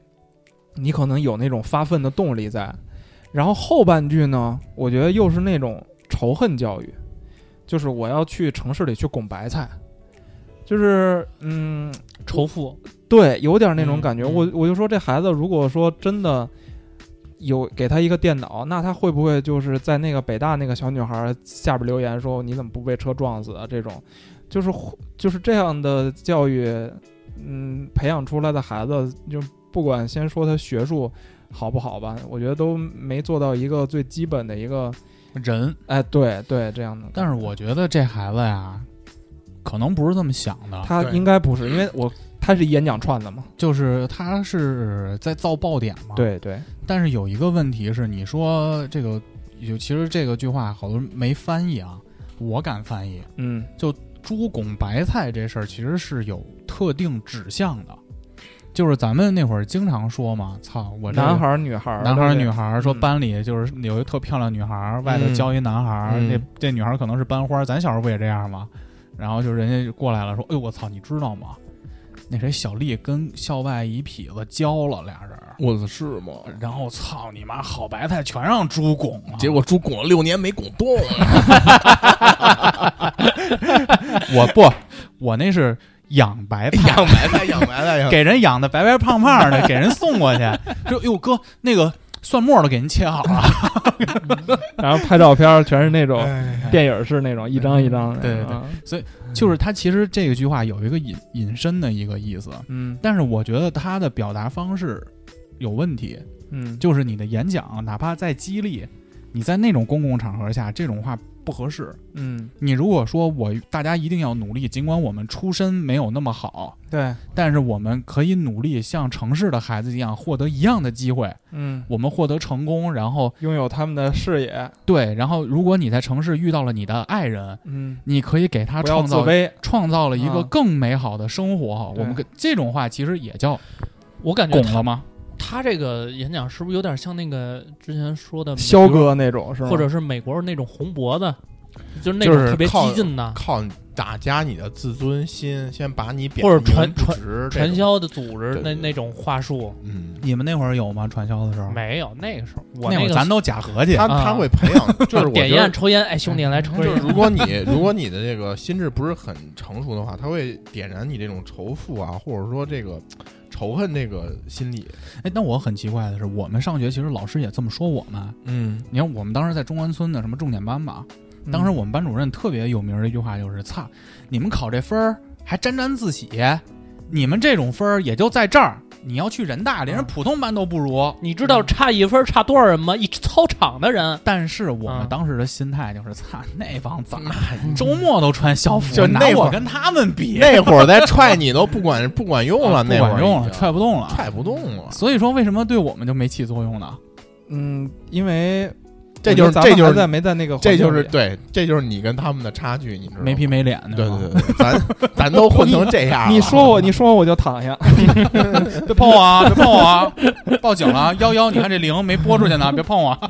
你可能有那种发愤的动力在。然后后半句呢，我觉得又是那种仇恨教育，就是我要去城市里去拱白菜，就是嗯，仇富，对，有点那种嗯感觉。嗯我我就说这孩子，如果说真的有给他一个电脑，那他会不会就是在那个北大那个小女孩下边留言说你怎么不被车撞死啊？这种，就是就是这样的教育，嗯，培养出来的孩子，就不管先说他学术好不好吧，我觉得都没做到一个最基本的一个，人。哎，对对，这样的。但是我觉得这孩子呀，可能不是这么想的，他应该不是，因为我他是演讲串的嘛，就是他是在造爆点嘛。。对对，但是有一个问题是，你说这个有，其实这个句话好多人没翻译啊，我敢翻译。嗯猪拱白菜这事儿其实是有特定指向的，就是咱们那会儿经常说嘛，操，我这男孩儿女孩儿，男孩儿女孩，孩儿说嗯班里就是有一特漂亮女孩儿，外头嗯教一男孩儿，嗯这这女孩儿可能是班花儿，咱小时候不也这样吗？然后就人家就过来了，说：“哎呦我操，你知道吗？那谁小丽跟校外一痞子交了俩人儿，我是吗？然后操你妈，好白菜全让猪拱了。”结果猪拱了六年没拱动， [LAUGHS] 我不，我那是养白菜， [LAUGHS] 哎养白菜，养 [LAUGHS] 白菜，养给人养的白白胖胖的，给人送过去， [LAUGHS] 说：“哟哥，那个蒜末儿都给您切好了。然后拍照片儿全是那种 [LAUGHS] 哎电影式那种，一张一张的，对对对嗯，”就是他其实这个句话有一个引引申的一个意思，嗯但是我觉得他的表达方式有问题，嗯，就是你的演讲哪怕再激励，你在那种公共场合下这种话不合适。嗯你如果说我大家一定要努力，尽管我们出身没有那么好，对，但是我们可以努力像城市的孩子一样获得一样的机会，嗯，我们获得成功，然后拥有他们的视野，对，然后如果你在城市遇到了你的爱人，嗯，你可以给他不要创自造。卑，创造了一个啊更美好的生活，我们对可这种话其实也叫我感觉拱他了吗？他这个演讲是不是有点像那个之前说的美肖国，哥那种是吗？或者是美国那种红脖子，就是那就种是特别靠激进的靠打压你的自尊心，先把你贬或者低传不值这传种，销的组织对那对对那种话术，嗯，你们那会儿有吗？传销的时候？没有那个时候我那会儿个咱都假合计，他啊他会培养，就是我 [LAUGHS] 点觉烟得。抽烟，哎兄弟来抽就是烟，如果你如果你的这个心智不是很成熟的话，他会点燃你这种仇富啊，或者说这个仇恨这个心理。哎，但我很奇怪的是，我们上学其实老师也这么说我们。嗯，你看，我们当时在中关村的什么重点班吧，嗯当时我们班主任特别有名儿的一句话就是：“操，你们考这分儿还沾沾自喜，你们这种分儿也就在这儿，你要去人大，连嗯人普通班都不如。你知道差一分差多少人吗？一操场的人”，但是我啊嗯们当时的心态就是：“操，那帮崽儿，周末都穿校服，就拿那会我儿跟他们比， [LAUGHS] 那会儿再踹你都不管不管用了，啊不那会儿管用了，已经踹不动了。”踹不动了。所以说，为什么对我们就没起作用呢？嗯，因为这就是我觉得咱们这就是还在没在那个环这境里，啊就是对，这就是你跟他们的差距，你知道吗？没皮没脸，对吧对对，对咱咱都混成这样了啊 [LAUGHS] 你说我，你说我我就躺下， [LAUGHS] 别碰我啊！别碰我啊！报警了啊！幺幺，你看这零没拨出去呢，别碰我啊！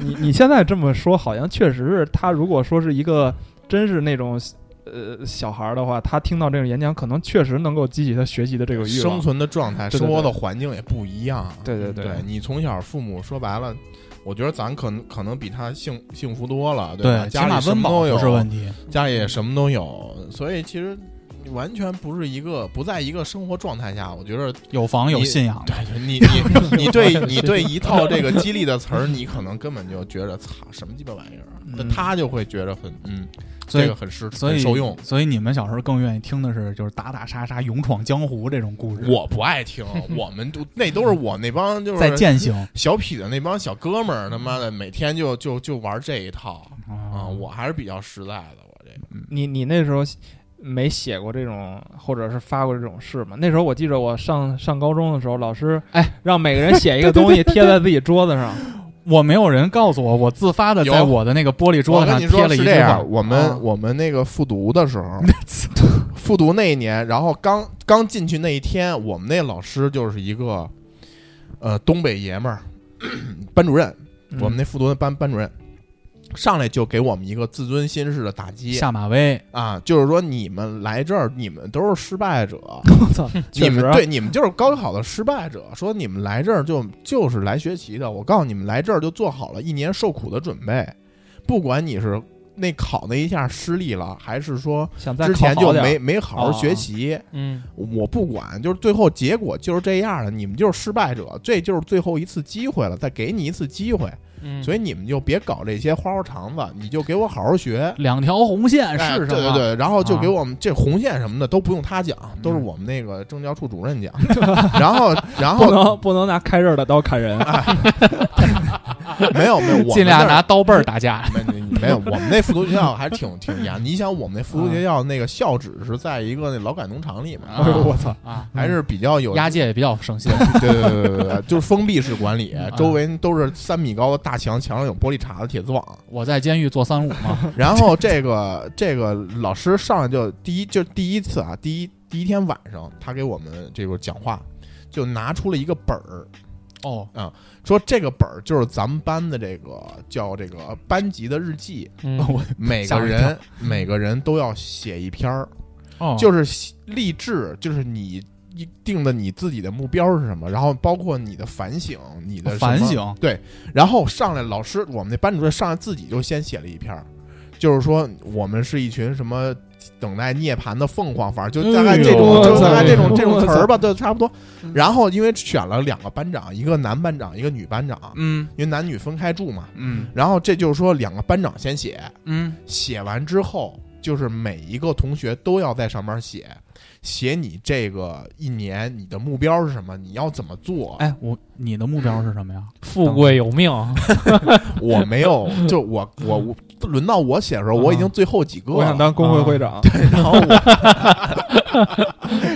你你现在这么说，好像确实是他如果说是一个真是那种。呃，小孩儿的话，他听到这种演讲，可能确实能够激起他学习的这个欲生望。存的状态、对对生对活的环境也不一样。啊对对嗯对对你从小父母说白了，我觉得咱可能可能比他幸幸福多了，吧？对，起家码里什温么饱都有，不是问题。家里什么都有，所以其实完全不是一个不在一个生活状态下，我觉得有房有你信仰的，你 [LAUGHS] 你你对你对一套这个激励的词儿，你可能根本就觉得操什么鸡巴玩意儿，嗯但他就会觉得很嗯，所这以个很适所以嗯很受用。所以你们小时候更愿意听的是就是打打杀杀、勇闯江湖这种故事。我不 [LAUGHS] 爱听，我们都那都是我那帮就在是践 [LAUGHS] 行啊小痞的那帮小哥们儿，他妈的每天就就就玩这一套啊！我还是比较实在的，我这个你你那时候没写过这种，或者是发过这种事吗？那时候我记着我上上高中的时候，老师哎让每个人写一个东西贴在自己桌子上，我没有人告诉我，我自发的有在我的那个玻璃桌我子跟上你说贴了一是句这话样，。我们、啊我们那个复读的时候，复读那一年，然后刚刚进去那一天，我们那老师就是一个呃东北爷们儿班主任，嗯我们那复读的班班主任上来就给我们一个自尊心式的打击下马威，啊，就是说你们来这儿，你们都是失败者，我操，你确实们对你们就是高考的失败者，说你们来这儿就就是来学习的，我告诉你们来这儿就做好了一年受苦的准备，不管你是那考那一下失利了，还是说想再之前考就好点儿没没好好啊学习？嗯，我不管，就是最后结果就是这样了，你们就是失败者，这就是最后一次机会了，再给你一次机会，嗯所以你们就别搞这些花花肠子，你就给我好好学。两条红线是哎什么？对对对，然后就啊嗯给我们这红线什么的都不用他讲，都是我们那个政教处主任讲。然后，然不后能不能拿开刃的刀砍人，啊没有没有，我们尽量那儿拿刀背儿打架。没没没有，我们那复读学校还是挺挺严。你想，我们那复读学校那个校址是在一个那劳改农场里嘛，啊我操啊！还是比较有押解也比较省心。对对对对对对，就是封闭式管理嗯，周围都是三米高的大墙，墙上有玻璃碴子、铁丝网。我在监狱坐三五 [LAUGHS] 嘛，然后这个这个老师上来就第一就第一次啊，第一第一天晚上，他给我们这个讲话，就拿出了一个本儿，啊哦，说这个本儿就是咱们班的这个叫这个班级的日 [LAUGHS] 记，嗯，每吓个我一人每个人都要写一篇儿，哦，就是励志，就是你。一定的你自己的目标是什么？然后包括你的反省，你的什反么省对。然后上来老师，我们那班主任上来自己就先写了一篇儿，就是说我们是一群什么等待涅槃的凤凰，反正就大概这种，哎呦就大概这种我操这种词儿吧，就差不多。然后因为选了两个班长，一个男班长，一个女班长，嗯因为男女分开住嘛。嗯然后这就是说两个班长先写，嗯，写完之后，就是每一个同学都要在上面写，写你这个一年你的目标是什么，你要怎么做。哎，我你的目标是什么呀？ [LAUGHS] 富贵有命，嗯我没有，就我我我轮到我写的时候，我已经最后几个了。我想当工会会长， [LAUGHS] 然后我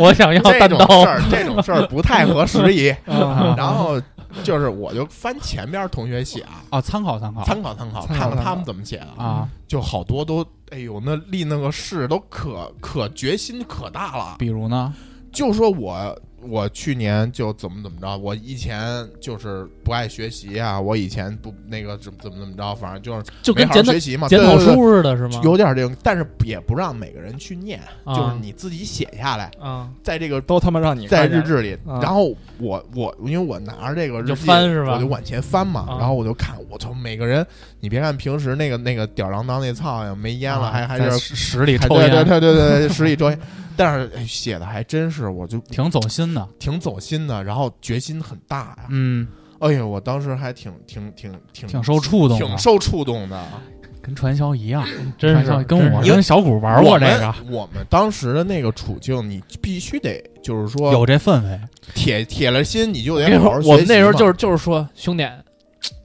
我想要这单种刀事。儿，这种事儿不太合时宜。嗯啊然后就是我就翻前边同学写啊，哦，参考参考参考参考，参考看看参他考们怎么写的啊，就好多都，哎呦，那立那个誓都可可决心可大了，比如呢？就说我我去年就怎么怎么着，我以前就是不爱学习啊，我以前不那个怎么怎么怎么着，反正就是就没跟好好检讨学习嘛，检对讨对对书似的，是吗？有点这个，但是也不让每个人去念，啊就是你自己写下来，啊，在这个都他妈让你在看见日志里，啊然后我我因为我拿着这个日就记翻是吧我就往前翻嘛，啊然后我就看，我操，每个人，你别看平时那个那个吊儿郎当那操呀，没烟了，啊还还在是十十里还抽对对烟，对对对，对十里抽烟，但是哎写的还真是，我就挺走心的。挺走心的，然后决心很大呀。嗯，哎呦，我当时还挺挺挺挺挺受触动的挺受触动的。啊跟传销一样，真传是销真跟是我因跟小谷玩过这个，我们我们当时的那个处境，你必须得就是说有这氛围。铁铁了心，你就那得时好候好学习嘛。我们那时候就是就是说，兄弟，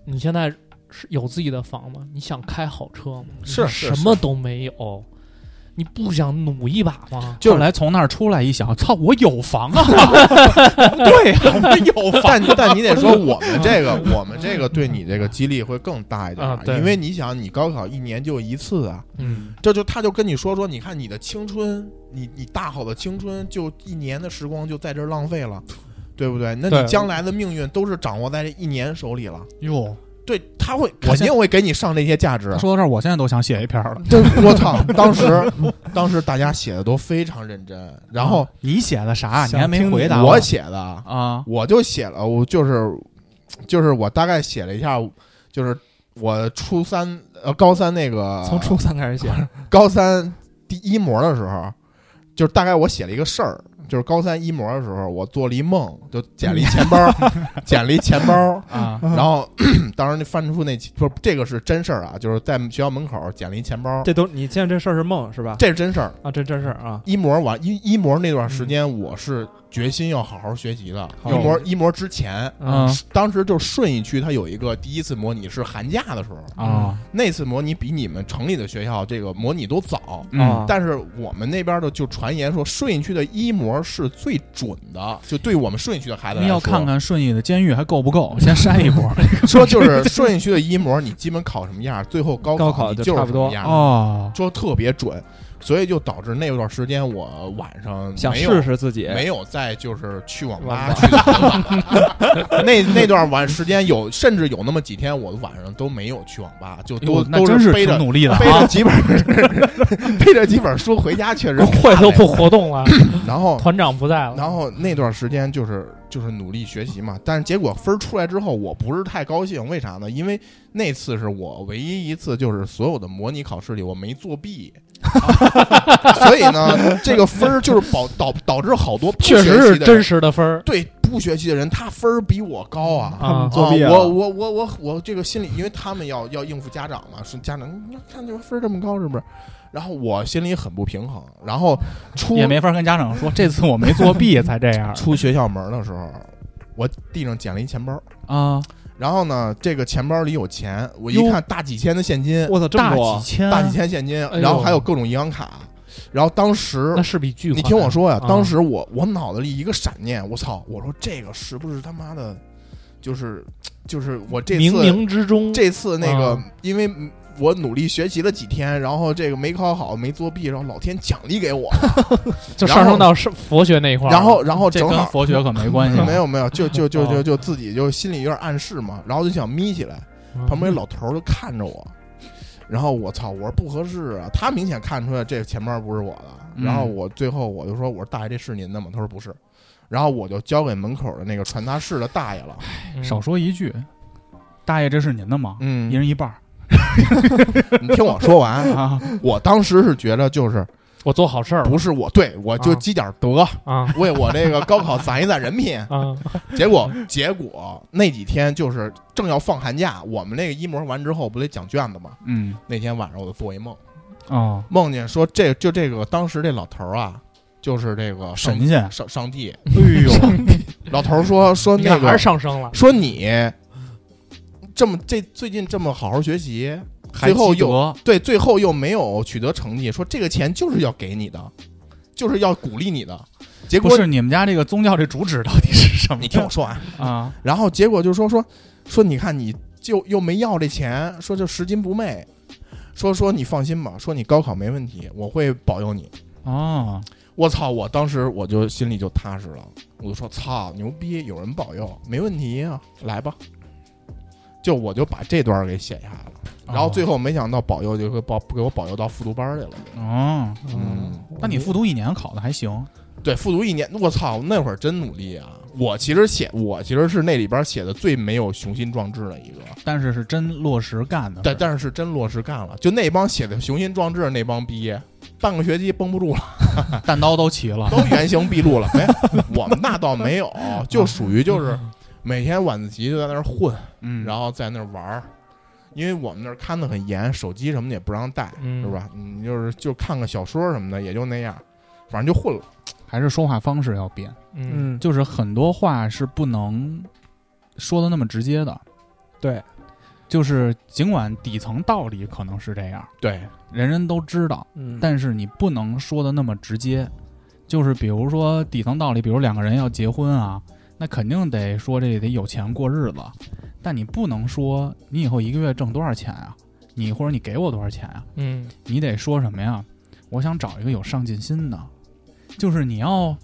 你现在是有自己的房吗？你想开好车吗？是是什么都没有，你不想努一把吗？后来从那儿出来一想，操，我有房啊！ [LAUGHS] 对呀、我有房。啊但但你得 [LAUGHS] 说，我们这个，我们这个对你这个激励会更大一点儿啊，对因为你想，你高考一年就一次啊，嗯，这就他就跟你说说，你看你的青春，你你大好的青春，就一年的时光就在这儿浪费了，对不对？那对你将来的命运都是掌握在这一年手里了。哟，对，他会我肯现定会给你上这些价值。啊说到这儿，我现在都想写一篇了。我操！当时，当时大家写的都非常认真，然后哦你写的啥？你想还啊没听回答我写的啊，啊？我就写了，我就是就是我大概写了一下，就是我初三呃高三那个从初三开始写，高三第一模的时候，就是大概我写了一个事儿，就是高三一模的时候，我做了一梦，就捡了一钱包，捡了一钱包。 [LAUGHS] 啊，然后当时那翻出那不是这个是真事儿啊，就是在学校门口捡了一钱包，这这都你见这事儿是梦是吧？是真事儿。啊，这真事儿啊，一模完一一模那段嗯时间，我是决心要好好学习的。一哟模一模之前，嗯当时就顺义区它有一个第一次模拟是寒假的时候，啊，那次模拟比你们城里的学校这个模拟都啊早。嗯，但是我们那边的就传言说，顺义区的一模是最准的，就对我们顺义区的孩子来你说要看看顺义的监狱还够不 [LAUGHS] 够，先筛一波。说就是顺义区的一模，你基本考什么样，最后高高考你就就是差不多什么 [LAUGHS] 样，哦，说特别准，所以就导致那段时间我晚上想没有试试自己，没有再就是去网吧网吧去的很晚 [LAUGHS] 那那段晚时间有，甚至有那么几天我晚上都没有去网吧，就哟都哎那都真背着挺努力的背着啊。几本背着几本书回家，确实 [CLEARS THROAT] 工会都不活动了，然后团长不在了。然后那段时间就是就是努力学习嘛。但是结果分儿出来之后，我不是太高兴，为啥呢？因为那次是我唯一一次，就是所有的模拟考试里我没 [LAUGHS] 作弊，所以呢，这个分儿就是导导导致好多不确实学习是的真人实的分儿对不学习的人，他分儿比我高啊。他们啊作弊啊了我我我我我这个心里，因为他们要要应付家长嘛，是家长，你看这分儿这么高是不是？然后我心里很不平衡，然后出也没法跟家长说，这次我没作弊才这 [LAUGHS] 样出学校门的时候，我地上捡了一钱包，啊！然后呢，这个钱包里有钱，我一看大几千的现金，我操，这么大多几！千，大几千现金，哎呦然后还有各种银行卡，然后当时那是笔巨款。你听我说呀，啊当时我我脑子里一个闪念，我操，我说这个是不是他妈的，就是就是我这次冥冥之中，这次那个啊，因为我努力学习了几天，然后这个没考好，没作弊，然后老天奖励给我，就然后上升到是佛学那一块儿了。然后然后这正跟好佛啊学可没关 [LAUGHS] 系。啊没有没有，就就就就哦就自己就心里有点暗示嘛，然后就想眯起来，嗯旁边老头儿就看着我，然后我操，我说不合适啊，他明显看出来这钱包不是我的，嗯然后我最后我就说我说大爷这是您的吗？他说不是，然后我就交给门口的那个传达室的大爷了，嗯少说一句，大爷，这是您的吗？嗯一人一半儿你听我说完，啊！我当时是觉得就是我做好事儿了不是我对我就啊积点德，啊为我这个高考攒一攒人品，啊结果结果那几天就是正要放寒假，我们那个一模完之后不得讲卷子吗？嗯那天晚上我就做一梦，哦，梦见说这就这个当时这老头儿啊，就是这个上神仙，上上帝，哎呦，老头儿说说你 [LAUGHS] 那看还个是上升了。说你这么这最近这么好好学习，还最后积又德对最后又没有取得成绩，说这个钱就是要给你的，就是要鼓励你的，结不果是你们家这个宗教这主旨到底是什么？你听我说完。啊，然后结果就说说说，你看你就又没要这钱，说就拾金不昧，说说你放心吧，说你高考没问题，我会保佑你。哦，我操！我当时我就心里就踏实了，我就说操，牛逼，有人保佑，没问题啊，来吧。就我就把这段儿给写下来了，哦然后最后没想到保佑就给保给我保佑到复读班儿去了。哦，嗯，那你复读一年考的还行，对，复读一年，我操，那会儿真努力啊！我其实写，我其实是那里边儿写的最没有雄心壮志的一个。但是是真落实干的。但但是是真落实干了，就那帮写的雄心壮志的那帮逼，半个学期绷不住了，蛋刀都齐了都原形毕露了。没，我们那倒没有，就属于就是每天晚自习就在那儿混，嗯，然后在那儿玩儿，因为我们那儿看的很严，手机什么的也不让带，嗯是吧？你就是就看个小说什么的，也就那样，反正就混了。还是说话方式要变，嗯，嗯，就是很多话是不能说的那么直接的。对，就是尽管底层道理可能是这样，对，人人都知道，嗯，但是你不能说的那么直接。就是比如说底层道理，比如两个人要结婚啊，那肯定得说这得有钱过日子，但你不能说你以后一个月挣多少钱啊，你或者你给我多少钱啊，嗯你得说什么呀？我想找一个有上进心的，就是你要嗯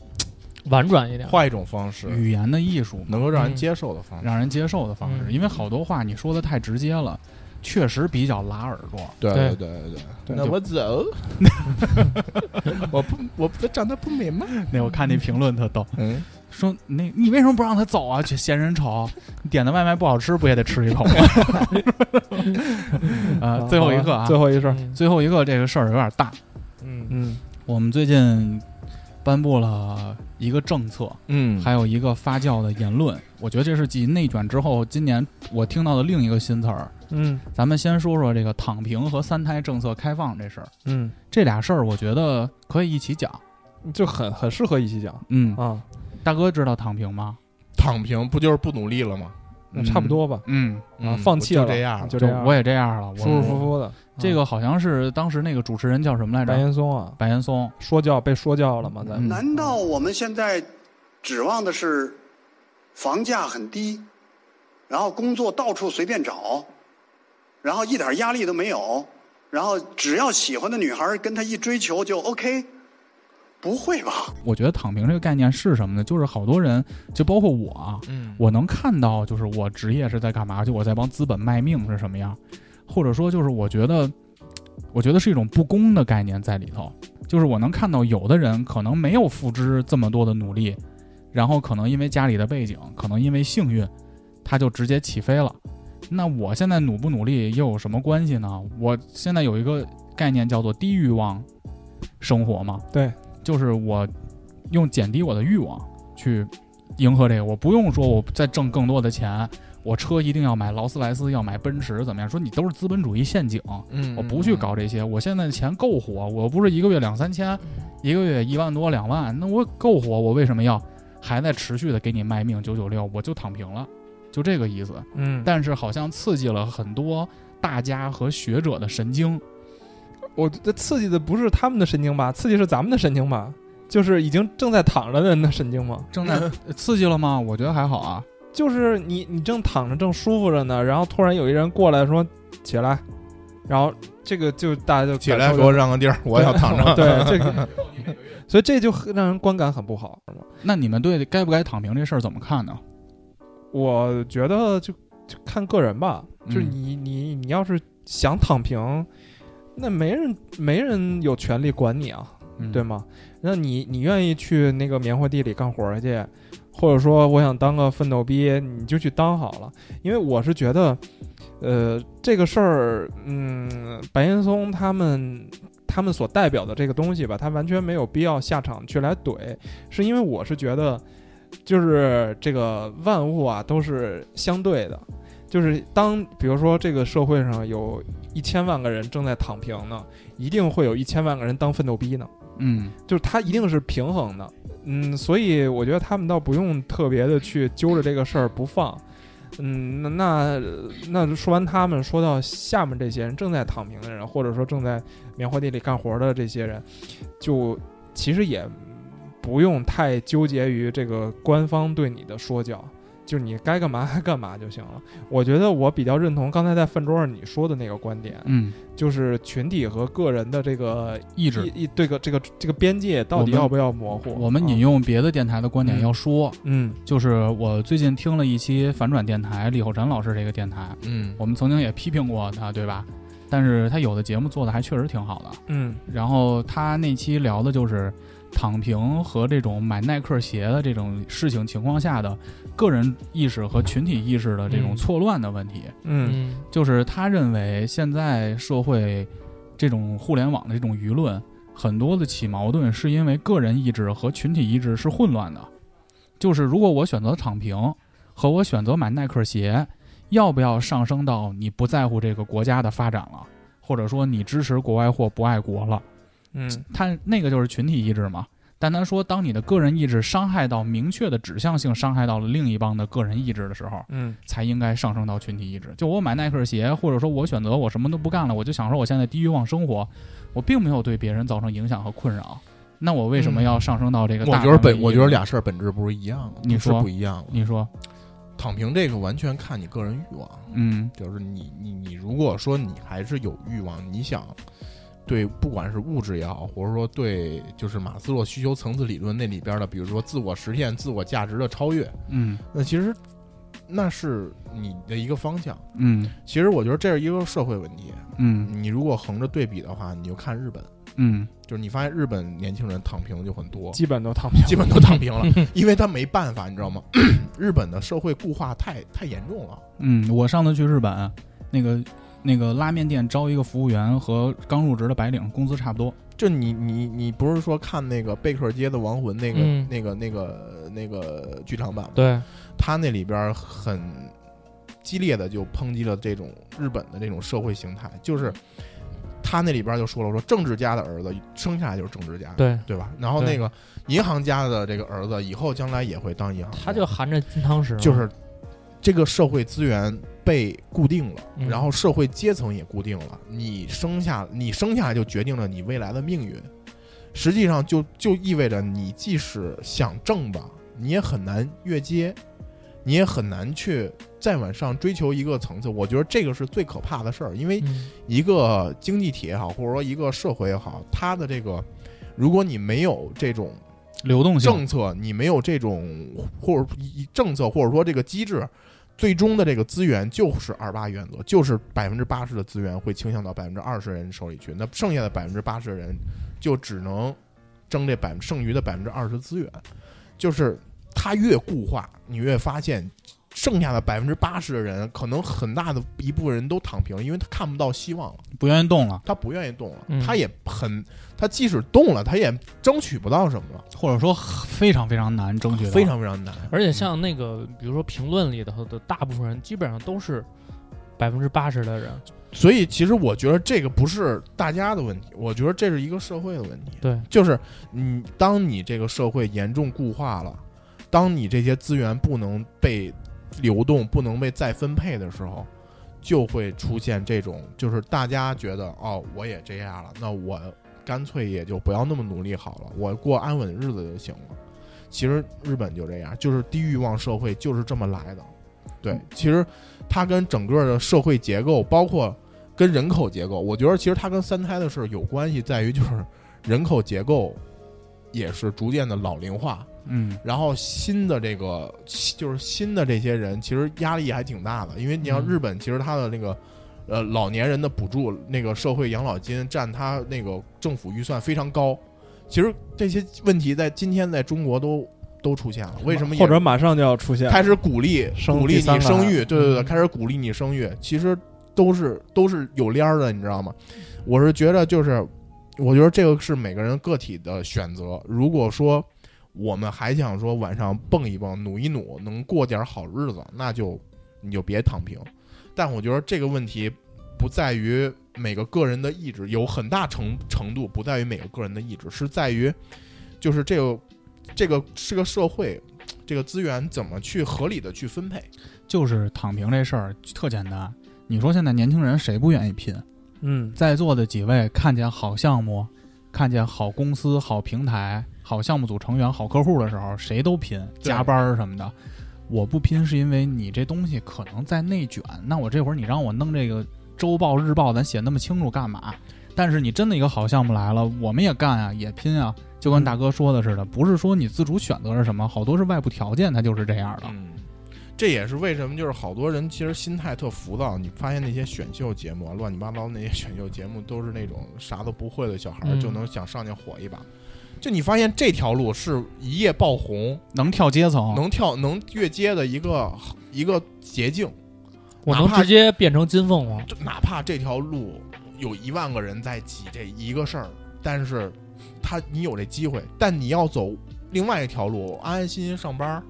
婉转一点。换一种方式，语言的艺术嘛，能够让人嗯接受的方式。让人接受的方式，嗯因为好多话你说的太直接了，确实比较拉耳朵。对对对对对那我走， [LAUGHS] 我不我我长得不美吗？那我看那评论特逗，嗯，说那你为什么不让他走啊？嫌人丑，你点的外卖不好吃，不也得吃一口吗？ [LAUGHS] 啊，最后一个啊，最后一个，嗯最后一个这个事儿有点大。嗯嗯，我们最近颁布了一个政策，嗯还有一个发酵的言论，我觉得这是继内卷之后，今年我听到的另一个新词儿。嗯，咱们先说说这个“躺平”和三胎政策开放这事儿，嗯，这俩事儿我觉得可以一起讲。就很很适合一起讲嗯，啊，大哥知道“躺平”吗？躺平不就是不努力了吗？那差不多吧，嗯，啊嗯，放弃了，我就这样了就就这样，我也这样了。我嗯舒舒服服的。这个好像是当时那个主持人叫什么来白着？岩松啊，白岩松。说教被说教了嘛，咱嗯们 [LAUGHS] 难道我们现在指望的是房价很低，然后工作到处随便找，然后一点压力都没有，然后只要喜欢的女孩跟他一追求就 OK？不会吧？我觉得“躺平”这个概念是什么呢？就是好多人，就包括我啊，嗯，我能看到，就是我职业是在干嘛，就我在帮资本卖命是什么样，或者说就是我觉得，我觉得是一种不公的概念在里头。就是我能看到有的人可能没有付之这么多的努力，然后可能因为家里的背景，可能因为幸运，他就直接起飞了。那我现在努不努力又有什么关系呢？我现在有一个概念叫做低欲望生活嘛，对，就是我用减低我的欲望去迎合这个，我不用说我再挣更多的钱，我车一定要买劳斯莱斯，要买奔驰，怎么样？说你都是资本主义陷阱，嗯我不去搞这些，我现在钱够火，我不是一个月两三千，嗯一个月一万多两万，那我够火，我为什么要还在持续的给你卖命九九六？我就躺平了，就这个意思。嗯但是好像刺激了很多大家和学者的神经。我这刺激的不是他们的神经吧？刺激是咱们的神经吧？就是已经正在躺着的人的神经吗？正在刺激了吗？我觉得还好啊。就是你你正躺着正舒服着呢，然后突然有一人过来说起来，然后这个就大家就起来感受给我到让个地儿我要躺着对，这个，所以这就很让人观感很不好。那你们对该不该躺平这事儿怎么看呢？我觉得就就看个人吧，就是你你你要是想躺平，那没人没人有权利管你啊，嗯对吗？那你你愿意去那个棉花地里干活儿去，或者说我想当个奋斗逼，你就去当好了。因为我是觉得，呃，这个事儿，嗯，白岩松他们他们所代表的这个东西吧，他完全没有必要下场去来怼，是因为我是觉得，就是这个万物啊都是相对的，就是当比如说这个社会上有一千万个人正在躺平呢，一定会有一千万个人当奋斗逼呢。嗯，就是它一定是平衡的，嗯，所以我觉得他们倒不用特别的去揪着这个事儿不放，嗯，那那那说完他们，说到下面这些人正在躺平的人，或者说正在棉花地里干活的这些人，就其实也不用太纠结于这个官方对你的说教，就是你该干嘛还干嘛就行了。我觉得我比较认同刚才在饭桌上你说的那个观点，嗯，就是群体和个人的这个意志意这个这个这个边界到底要不要模糊？啊我们引用别的电台的观点要说，嗯，就是我最近听了一期反转电台李厚辰老师这个电台， [LAUGHS] 嗯，我们曾经也批评过他，对吧？但是他有的节目做的还确实挺好的，嗯然后他那期聊的就是躺平和这种买耐克鞋的这种事情情况下的个人意识和群体意识的这种嗯错乱的问题。嗯就是他认为现在社会这种互联网的这种舆论，很多的起矛盾是因为个人意志和群体意志是混乱的。就是如果我选择躺平，和我选择买耐克鞋，要不要上升到你不在乎这个国家的发展了，或者说你支持国外货不爱国了？嗯他那个就是群体意志嘛。但他说，当你的个人意志伤害到明确的指向性，伤害到了另一帮的个人意志的时候，嗯，才应该上升到群体意志。就我买耐克鞋，或者说我选择我什么都不干了，我就享受我现在低欲望生活，我并没有对别人造成影响和困扰。那我为什么要上升到这个我大觉众的意义呢？得本，我觉得俩事儿本质不是一样的，你不是说不一样的。你说，躺平这个完全看你个人欲望，嗯，就是你你你，如果说你还是有欲望，你想对不管是物质也好，或者说对就是马斯洛需求层次理论那里边的，比如说自我实现、自我价值的超越，嗯那其实那是你的一个方向。嗯其实我觉得这是一个社会问题。嗯你如果横着对比的话，你就看日本，嗯就是你发现日本年轻人躺平就很哦多，基本都躺平，基本都躺平了，嗯因为他没办法，你知道吗？ [CLEARS THROAT] 日本的社会固化太太严重了。嗯，我上次去日本，那个那个拉面店招一个服务员和刚入职的白领工资差不多。就你你你不是说看那个贝克街的亡魂那个、嗯那个那个那个剧场版吗？对，他那里边很激烈的就抨击了这种日本的这种社会形态，就是他那里边就说了说政治家的儿子生下来就是政治家，对对吧？然后对那个银行家的这个儿子以后将来也会当银行家，他就含着金汤匙嘛，就是这个社会资源被固定了，嗯然后社会阶层也固定了。你生下你生下来就决定了你未来的命运，实际上就就意味着你即使想挣吧，你也很难越阶，你也很难去再往上追求一个层次。我觉得这个是最可怕的事儿，因为嗯一个经济体也好，或者说一个社会也好，它的这个如果你没有这种流动性政策，你没有这种或者一政策或者说这个机制，最终的这个资源就是二八原则，就是百分之八十的资源会倾向到百分之二十人手里去，那剩下的百分之八十人就只能争这百剩余的百分之二十资源，就是他越固化，你越发现剩下的百分之八十的人，可能很大的一部分人都躺平，因为他看不到希望了，不愿意动了，他不愿意动了，嗯他也很，他即使动了，他也争取不到什么了，或者说非常非常难争取到，非常非常难。而且像那个，比如说评论里头的大部分人，基本上都是百分之八十的人。所以其实我觉得这个不是大家的问题，我觉得这是一个社会的问题。对，就是你当你这个社会严重固化了，当你这些资源不能被流动、不能被再分配的时候，就会出现这种，就是大家觉得哦，我也这样了，那我干脆也就不要那么努力好了，我过安稳日子就行了。其实日本就这样，就是低欲望社会就是这么来的。对，其实它跟整个的社会结构，包括跟人口结构，我觉得其实它跟三胎的事儿有关系，在于就是 [LAUGHS] 人口结构也是逐渐的老龄化，嗯，然后新的这个就是新的这些人，其实压力还挺大的，因为嗯你像日本，其实它的那个。呃，老年人的补助，那个社会养老金占它那个政府预算非常高。其实这些问题在今天在中国都都出现了，为什么也或者马上就要出现开始鼓励生鼓励第三你个生孩嗯育，子对对对，开始鼓励你生育，其实都是都是有联儿的，你知道吗？我是觉得就是，我觉得这个是每个人个体的选择。如果说我们还想说晚上蹦一蹦、努一努，能过点好日子，那就你就别躺平。但我觉得这个问题不在于每个个人的意志，有很大程程度不在于每个个人的意志，是在于就是这个这个这个社会这个资源怎么去合理的去分配。就是躺平这事儿特简单。你说现在年轻人谁不愿意拼？嗯，在座的几位看见好项目、看见好公司、好平台、好项目组成员、好客户的时候，谁都拼，加班儿什么的。我不拼是因为你这东西可能在内卷，那我这会儿你让我弄这个周报、日报，咱写那么清楚干嘛？但是你真的一个好项目来了，我们也干啊，也拼啊，就嗯跟大哥说的似的，不是说你自主选择是什么，好多是外部条件，它就是这样的。嗯啊这也是为什么，就是好多人其实心态特浮躁。你发现那些选秀节目啊，乱七八糟那些选秀节目，都是那种啥都不会的小孩儿嗯就能想上去火一把。就你发现这条路是一夜爆红，能跳阶层，能跳能越阶的一个一个捷径。我能哪怕直接变成金凤凰。就哪怕这条路有一万个人在挤这一个事儿，但是他你有这机会，但你要走另外一条路，安安心心上班儿，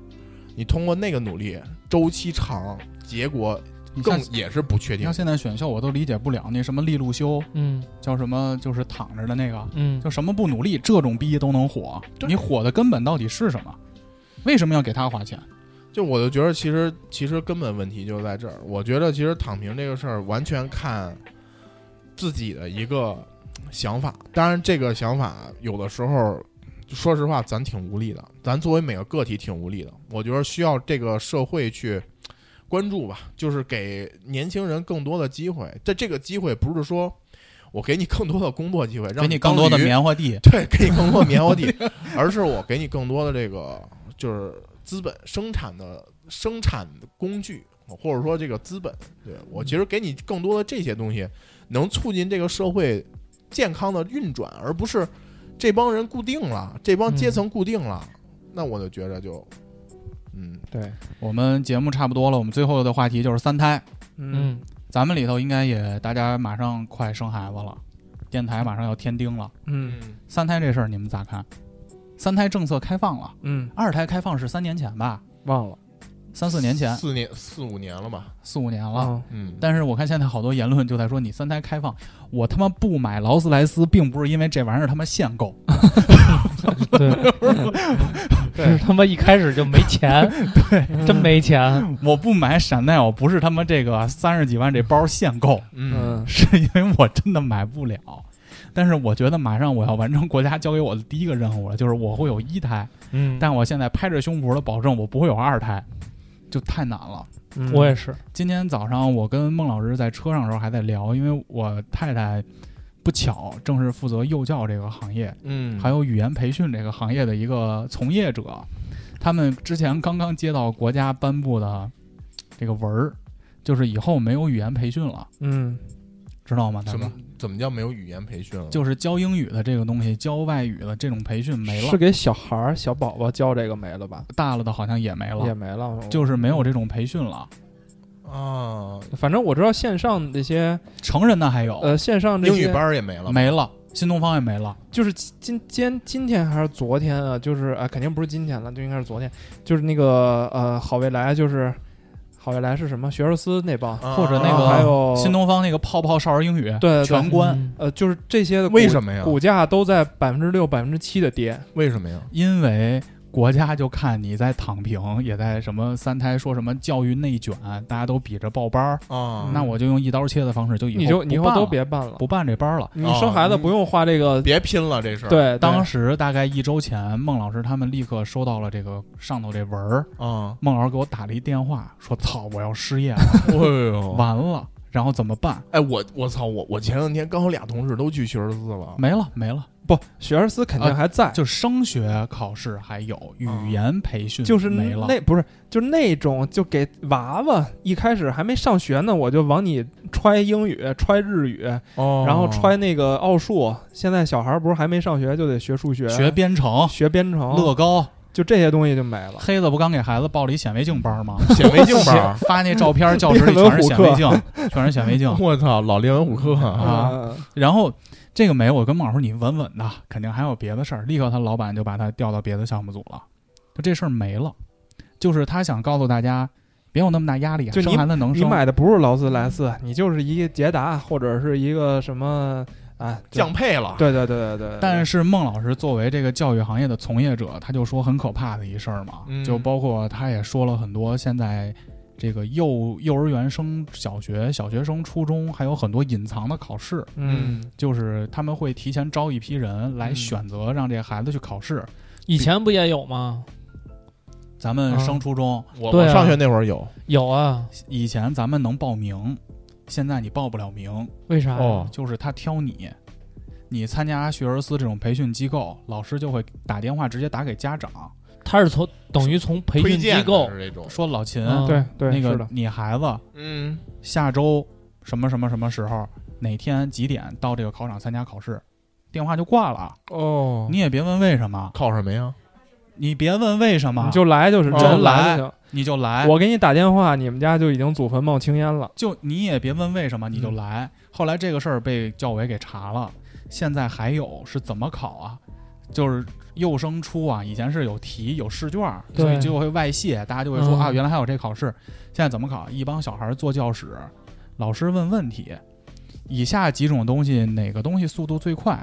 你通过那个努力，周期长，结果你更像也是不确你定像。现在选秀，我都理解不了那什么利路修，嗯，叫什么就是躺着的那个，嗯，就什么不努力，这种逼都能火。你火的根本到底是什么？为什么要给他花钱？就我就觉得，其实其实根本问题就在这儿。我觉得其实躺平这个事儿完全看自己的一个想法。当然，这个想法有的时候，说实话，咱挺无力的。咱作为每个个体挺无力的。我觉得需要这个社会去关注吧，就是给年轻人更多的机会。但这个机会不是说我给你更多的工作机会，让给你更多的当驴棉花地 [LAUGHS] 对，[LAUGHS] 给你更多的棉花地，而是我给你更多的这个就是资本生产的生产工具，或者说这个资本，对我其实给你更多的这些东西，能促进这个社会健康的运转，而不是这帮人固定了，这帮嗯阶层固定了，那我就觉着就嗯，对，我们节目差不多了，我们最后的话题就是三胎。嗯，咱们里头应该也大家马上快生孩子了，电台马上要添丁了。嗯三胎这事儿你们咋看？三胎政策开放了，嗯，二胎开放是三年前吧？忘了，三四年前，四年四五年了吧，四五年了，嗯但是我看现在好多言论就在说你三胎开放，我他妈不买劳斯莱斯，并不是因为这玩意儿他妈限购，对，是他妈一开始就没钱， [LAUGHS] 对，嗯真没钱。 [LAUGHS] 我不买闪奈，我不是他妈这个三十几万这包限购，嗯是因为我真的买不了。但是我觉得马上我要完成国家交给我的第一个任务了，就是我会有一胎，嗯但我现在拍着胸脯的保证我不会有二胎，就太难了。嗯我也是。今天早上我跟孟老师在车上的时候还在聊，因为我太太不巧正是负责幼教这个行业，嗯还有语言培训这个行业的一个从业者，他们之前刚刚接到国家颁布的这个文儿，就是以后没有语言培训了。嗯知道吗？怎咱们么怎么叫没有语言培训了？就是教英语的这个东西，教外语的这种培训没了，是给小孩儿、小宝宝教这个没了吧？大了的好像也没了，也没了就是没有这种培训了。啊，反正我知道线上这些成人的还有，呃，线上这些呃没了，新东方也没了。就是今今今天还是昨天啊，就是啊、肯定不是今天了，就应该是昨天，就是那个呃，好未来就是好未来是什么？学而思那帮，或者那个还有新东方那个泡泡少儿英语，哦对对全关。嗯呃，就是这些的股为什么呀股价都在百分之六、百分之七的跌，为什么呀？因为国家就看你在躺平，也在什么三胎说什么教育内卷，大家都比着报班儿啊那我就用一刀切的方式，就以后你就你以不后办都了别办了，不办这班儿了。你生孩子不用花这个，别拼了，这事儿对，当时大概一周前，孟老师他们立刻收到了这个上头这文儿啊。孟老师给我打了一电话，说：“操，我要失业了，哦呦完了，然后怎么办？ [LAUGHS] 哎，我我操，我我前两天刚好俩同事都去学而思哦了，没了，没了。”不，学而思啊肯定还在，就升学考试还有，语言培哦训就是没了。那不是就是那种就给娃娃一开始还没上学呢，我就往你揣英语、揣日语，哦然后揣那个奥数。现在小孩儿不是还没上学就得学数学、学编程、学编程、乐高，就这些东西就没了。黑子不刚给孩子报了一显微镜 [LAUGHS] 班吗？显微镜班儿。发那照片，教室里全是显微镜，全是显微镜我操，老练文虎嗯克呃啊！然后这个没，我跟孟老师说你稳稳的，肯定还有别的事儿。立刻他老板就把他调到别的项目组了，就这事儿没了。就是他想告诉大家，别有那么大压力啊，就生你孩子能你生。买的不是劳斯莱斯，你就是一个捷达或者是一个什么啊就降配了对对对对对。但是孟老师作为这个教育行业的从业者，他就说很可怕的一事儿嘛，嗯就包括他也说了很多现在这个幼幼儿园升小学、小学生初中，还有很多隐藏的考试，嗯，就是他们会提前招一批人来选择让这个孩子去考试。以前不也有吗？咱们升初中，我对啊我上学那会儿有有啊，以前咱们能报名，现在你报不了名，为啥呀哦就是他挑你。你参加学而思这种培训机构，老师就会打电话直接打给家长，他是从等于从培训机构说老秦，嗯对对那是个的你孩子，嗯，下周什么什么什么时候哪天几点到这个考场参加考试，电话就挂了。哦，你也别问为什么，考什么呀？你别问为什么，你就来就是真人来就来行，你就来。我给你打电话，你们家就已经祖坟冒青烟了。就你也别问为什么，你嗯就来。后来这个事儿被教委给查了，现在还有是怎么考啊？就是幼升初啊，以前是有题有试卷儿，对所以就会外泄，大家就会说、嗯啊，原来还有这考试。现在怎么考？一帮小孩儿坐教室，老师问问题，以下几种东西哪个东西速度最快？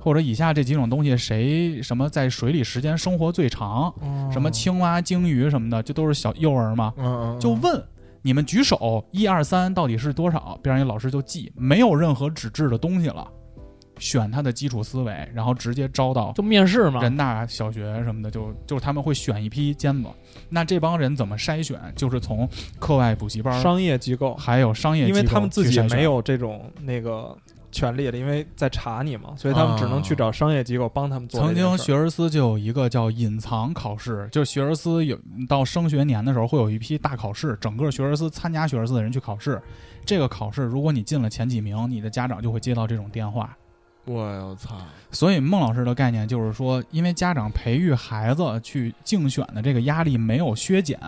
或者以下这几种东西，谁什么在水里时间生活最长？哦什么青蛙、鲸鱼什么的，这都是小幼儿嘛。嗯就哦问你们举手，一二三到底是多少？边上一老师就记，没有任何纸质的东西了，选他的基础思维，然后直接招到就面试嘛人大小学什么的，就就是他们会选一批尖子。那这帮人怎么筛选？就是从课外补习班、商业机构还有商业机因构去筛选，为他们自己没有这种那个权利了，因为在查你嘛，所以他们只能去找商业机构帮他们做这啊曾件事儿。经学而思就有一个叫隐藏考试，就是学而思有到升学年的时候会有一批大考试，整个学而思参加学而思的人去考试。这个考试，如果你进了前几名，你的家长就会接到这种电话。我操，所以孟老师的概念就是说，因为家长培育孩子去竞选的这个压力没有削减。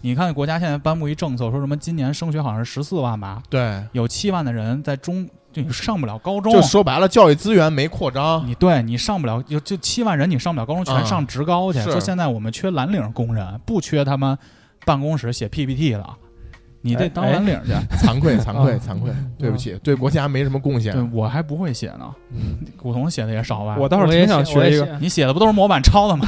你看国家现在颁布一政策，说什么今年升学好像是十四万吧，对，有七万的人在中就上不了高中，啊嗯就说白了，教育资源没扩哦张。你对你上不了，就就七万人你上不了高中，全嗯上职高去。是说现在我们缺蓝领工人，不缺他们办公室写 PPT 的，你哎得当蓝领去。 [LAUGHS] 惭愧，惭愧，啊惭愧，对不起，对国家没什么贡献对。我还不会写呢， [LAUGHS] 古潼写的也少吧？嗯我倒是挺想学一个我也写我也写你写的不都是模板抄的吗？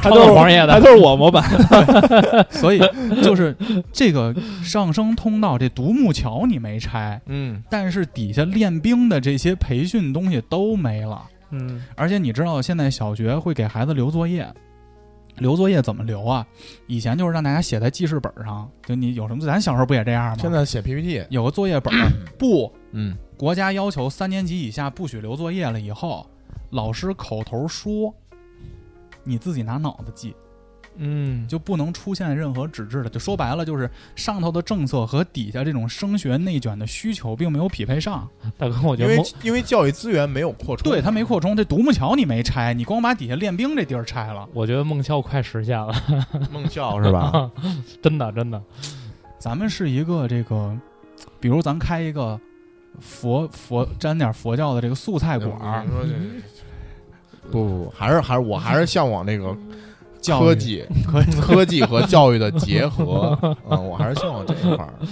抄的黄爷的还都是我模板对所以就是这个上升通道这独木桥你没拆，嗯，但是底下练兵的这些培训东西都没了。嗯，而且你知道，现在小学会给孩子留作业，留作业怎么留啊？以前就是让大家写在记事本上，就你有什么，咱小时候不也这样吗？现在写 PPT 有个作业本儿， [CLEARS THROAT] 不，嗯，国家要求三年级以下不许留作业了，以后老师口头说，你自己拿脑子记。嗯，就不能出现任何纸质的。就说白了，就是上头的政策和底下这种升学内卷的需求并没有匹配上。大哥，我因为因为教育资源没有扩充，对他没扩充，这独木桥你没拆，你光把底下练兵这地儿拆了。我觉得梦校快实现了，梦校是吧？真的真的，咱们是一个这个，比如咱开一个佛佛沾点佛教的这个素菜馆儿，嗯你说这不不不，还是还是我还是向往那个教育科技 [LAUGHS] 科技科技和教育的结合。嗯，我还是向往这一 [LAUGHS] 块儿。对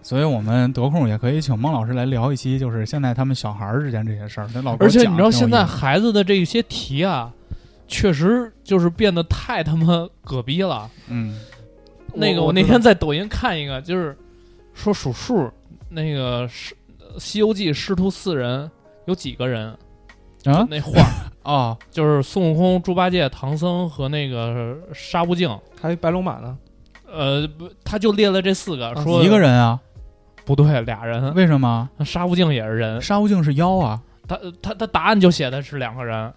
所以我们得空也可以请孟老师来聊一期，就是现在他们小孩儿之间这些事儿。他老给我而且讲你知道挺有现在意思孩子的这些题啊，确实就是变得太他妈葛逼了。嗯，那个我我我那知天道在抖音看一个，就是说数数，那个是《西游记》师徒四人有几个人？啊那画儿啊，就是孙悟空、猪八戒、唐僧和那个沙悟净。还有白龙马呢，呃，不他就列了这四嗯个，说一个人啊？不对，俩人。为什么？沙悟净也是人，沙悟净是妖啊？他他他答案就写的是两个人，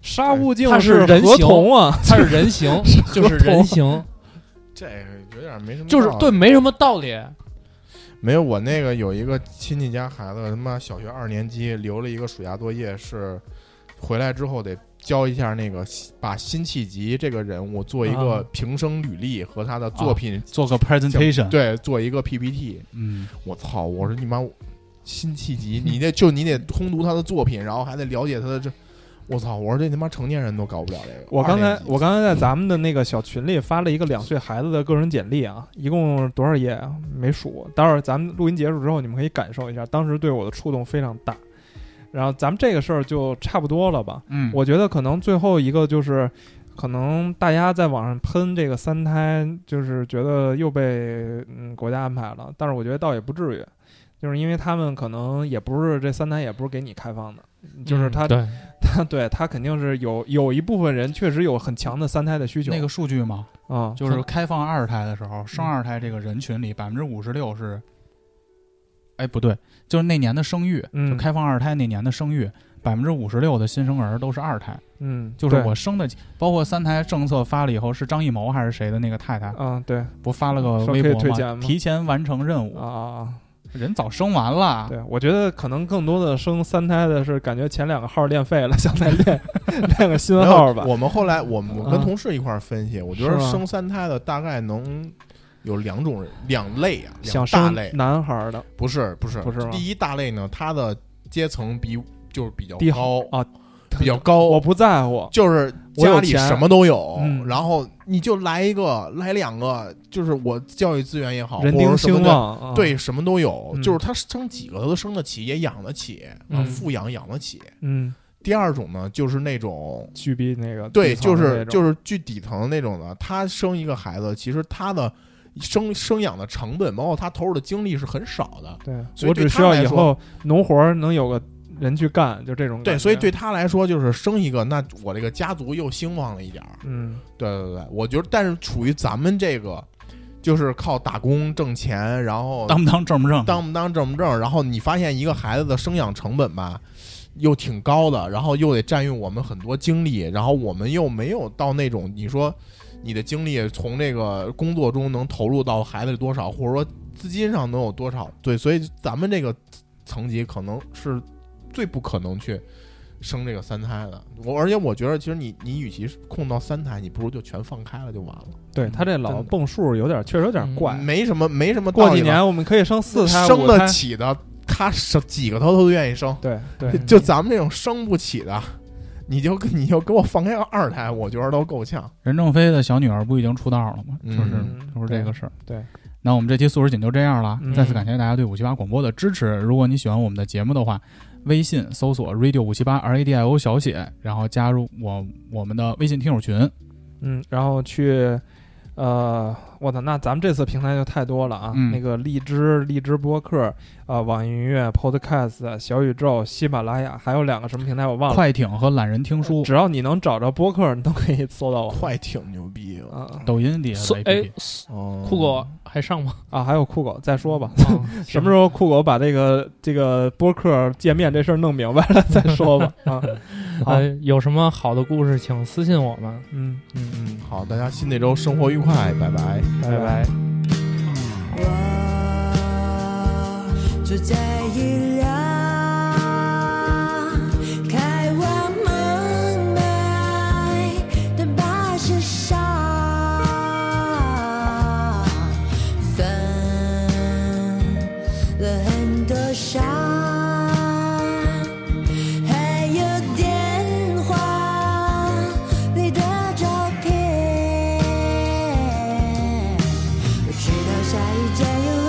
沙悟净他是人河形童啊，他是人形， [LAUGHS] 就是人形，这个有点没什么道理，就是对，没什么道理。嗯没有我那个有一个亲戚家孩子，他妈小学二年级留了一个暑假作业，是回来之后得交一下那个把辛弃疾这个人物做一个啊平生履历和他的啊作品，做个 presentation，，对，做一个 PPT。嗯，我操！我说你妈，辛弃疾，你得就你得通读他的作品，然后还得了解他的这，我操！我说这他妈成年人都搞不了这个。我刚二才年级我刚才在咱们的那个小群里发了一个两岁孩子的个人简历啊，一共多少页啊？没数。待会儿咱们录音结束之后，你们可以感受一下，当时对我的触动非常大。然后咱们这个事儿就差不多了吧？嗯，我觉得可能最后一个就是，可能大家在网上喷这个三胎，就是觉得又被嗯国家安排了，但是我觉得倒也不至于，就是因为他们可能也不是这三胎也不是给你开放的，就是他、对，他 [LAUGHS] 对他肯定是有有一部分人确实有很强的三胎的需求。那个数据嘛，啊、就是嗯开放二胎的时候，生二胎这个人群里百分之五十六是，哎不对，就是那年的生育，嗯就开放二胎那年的生育，百分之五十六的新生儿都是二胎，嗯，就是对我生的，包括三胎政策发了以后，是张艺谋还是谁的那个太太啊、对啊不发了个说微可以博推吗？荐吗提前完成任务，啊啊！人早生完了，对，我觉得可能更多的生三胎的是感觉前两个号练废了，想再练 [LAUGHS] 练个新没号吧有，。我们后来我们我跟啊同事一块儿分析，我觉是得吗生三胎的大概能有两种人，两类啊，想两大生类男孩的不是不是不是吗第一大类呢，它的阶层比就是比较低高啊，比较高，我不在乎。就是我家有里钱什么都有，嗯然后你就来一个来两个，就是我教育资源也好，人或者丁什么兴的旺，啊对，什么都有，嗯就是他生几个他都生得起，也养得起，啊嗯，富养养得起。嗯，第二种呢，就是那种巨逼那个对，就是就是是巨底层的那种的，他生一个孩子，其实他的生生养的成本，包括他投入的精力是很少的。对所以我对只他需要来以说后农活儿能有个人去干，就这种感对，觉所以对他来说，就是生一个，那我这个家族又兴旺了一点儿。嗯对对对，我觉得，但是处于咱们这个，就是靠打工挣钱，然后当不当正不正？当不当正不正，然后你发现一个孩子的生养成本吧，又挺高的，然后又得占用我们很多精力，然后我们又没有到那种你说你的精力从这个工作中能投入到孩子多少，或者说资金上能有多少，对，所以咱们这个层级可能是最不可能去。生这个三胎的，我而且我觉得，其实你你与其控到三胎，你不如就全放开了就完了，对他这老嗯真的蹦数有点，确实有点嗯怪。没什么没什么道理了。过几年我们可以生四胎、生五得胎起的，他生几个头都愿意生。对对， [LAUGHS] 就咱们这种生不起的，你就你就给我放开个二胎，我觉得都够呛。任正非的小女儿不已经出道了吗？就是、嗯就是这个事儿。对，那我们这期素食锦就这样了，嗯再次感谢大家对五七八广播的支持。如果你喜欢我们的节目的话，微信搜索 radio 五七八 R A D I O 小写，然后加入我我们的微信听友群。嗯，然后去，呃，我操，那咱们这次平台就太多了啊！嗯那个荔枝、荔枝播客、啊、网易云音乐、Podcast、小宇宙、喜马拉雅，还有两个什么平台我忘了。快艇和懒人听书，只要你能找着播客，你都可以搜到我们快挺牛逼了，啊。抖音底下所的 A 哎 P P，，所哦酷狗还上吗？啊，还有酷狗，再说吧。 [LAUGHS] 嗯什么时候酷狗把这个这个播客界面这事儿弄明白了再说 [LAUGHS] 吧。啊， [LAUGHS] 好呃，有什么好的故事，请私信我们。嗯嗯嗯，好，大家新的一周生活愉快，拜拜，拜拜。住在一辆开往孟买的巴士上，犯了很多伤，还有电话里的照片。我知道下一站有。啊啊啊啊啊